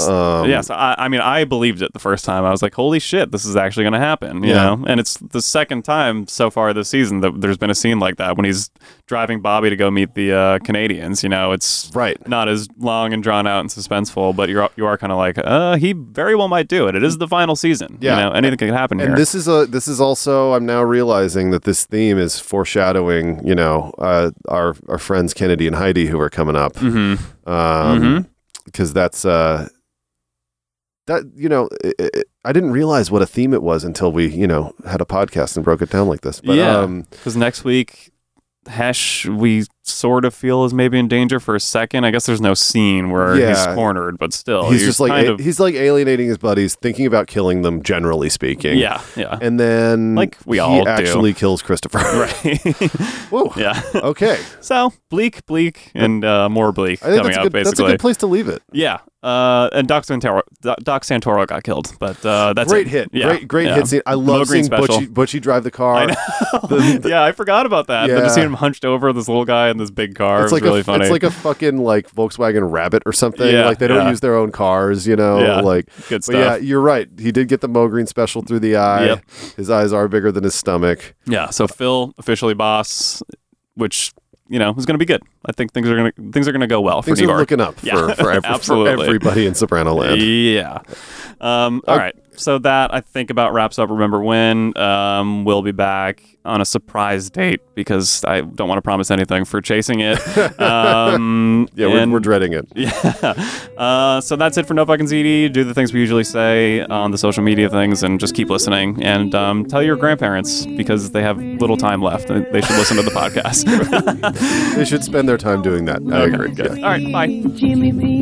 Speaker 6: Um,
Speaker 4: yeah, so I, I mean, I believed it the first time. I was like, "Holy shit, this is actually going to happen," you
Speaker 6: Yeah.
Speaker 4: know. And it's the second time so far this season that there's been a scene like that when he's driving Bobby to go meet the uh, Canadians. You know, it's
Speaker 6: Right.
Speaker 4: not as long and drawn out and suspenseful, but you're you are kind of like, "Uh, he very well might do it. It is the final season.
Speaker 6: Yeah.
Speaker 4: you know, anything can happen
Speaker 6: And
Speaker 4: here."
Speaker 6: this is a this is also I'm now realizing that this theme is foreshadowing, you know, uh, our our friends Kennedy and Heidi who are coming up.
Speaker 4: Mhm.
Speaker 6: Um,
Speaker 4: Mm-hmm.
Speaker 6: because that's uh that you know i i I didn't realize what a theme it was until we you know had a podcast and broke it down like this. But
Speaker 4: yeah,
Speaker 6: um,
Speaker 4: because next week, Hesh, we sort of feel is maybe in danger for a second. I guess there's no scene where
Speaker 6: Yeah.
Speaker 4: he's cornered, but still,
Speaker 6: he's
Speaker 4: Oh, you're
Speaker 6: just like eh,
Speaker 4: kind
Speaker 6: a-
Speaker 4: of,
Speaker 6: he's like alienating his buddies, thinking about killing them. Generally speaking,
Speaker 4: yeah, yeah,
Speaker 6: And then
Speaker 4: Like we
Speaker 6: he
Speaker 4: all do.
Speaker 6: actually kills Christopher.
Speaker 4: right,
Speaker 6: Whoa.
Speaker 4: yeah.
Speaker 6: Okay.
Speaker 4: So bleak, bleak, and uh, more bleak
Speaker 6: I think
Speaker 4: coming
Speaker 6: that's a,
Speaker 4: up.
Speaker 6: good, that's a
Speaker 4: basically,
Speaker 6: good place to leave it.
Speaker 4: yeah. Uh, and Doc Santoro, Doc Doc Santoro got killed, but uh, that's
Speaker 6: great
Speaker 4: it.
Speaker 6: hit.
Speaker 4: Yeah,
Speaker 6: Great great
Speaker 4: yeah.
Speaker 6: hit scene. I
Speaker 4: Mo
Speaker 6: love
Speaker 4: Green
Speaker 6: seeing
Speaker 4: special.
Speaker 6: Butchie, Butchie drive the car.
Speaker 4: yeah, I forgot about that. Yeah. Just
Speaker 6: Yeah.
Speaker 4: seeing him hunched over this little guy in this big car.
Speaker 6: It's
Speaker 4: was
Speaker 6: like
Speaker 4: really
Speaker 6: a,
Speaker 4: funny.
Speaker 6: it's like a fucking like Volkswagen Rabbit or something.
Speaker 4: Yeah,
Speaker 6: like they don't
Speaker 4: yeah.
Speaker 6: use their own cars, you know.
Speaker 4: Yeah,
Speaker 6: Like
Speaker 4: good
Speaker 6: But yeah,
Speaker 4: stuff.
Speaker 6: you're right. He did get the Mo Green special through the eye.
Speaker 4: Yep.
Speaker 6: His eyes are bigger than his stomach.
Speaker 4: Yeah, so Phil officially boss, which you know is going to be good. I think things are going to things are going to go well for
Speaker 6: Things
Speaker 4: New
Speaker 6: are
Speaker 4: York.
Speaker 6: looking up
Speaker 4: Yeah,
Speaker 6: for, for, ev- for
Speaker 4: absolutely.
Speaker 6: everybody in Soprano Land.
Speaker 4: yeah. Um, all right. So that I think about wraps up. Remember when? Um, we'll be back on a surprise date because I don't want to promise anything for chasing it. Um,
Speaker 6: Yeah, we're,
Speaker 4: and-
Speaker 6: we're dreading it.
Speaker 4: uh, so that's it for No Fucking ZD. Do the things we usually say on the social media things and just keep listening. And um, tell your grandparents because they have little time left. and They should listen to the podcast.
Speaker 6: They should spend their time doing that. I agree. Yeah.
Speaker 4: All right. Bye.
Speaker 8: Jimmy Bean.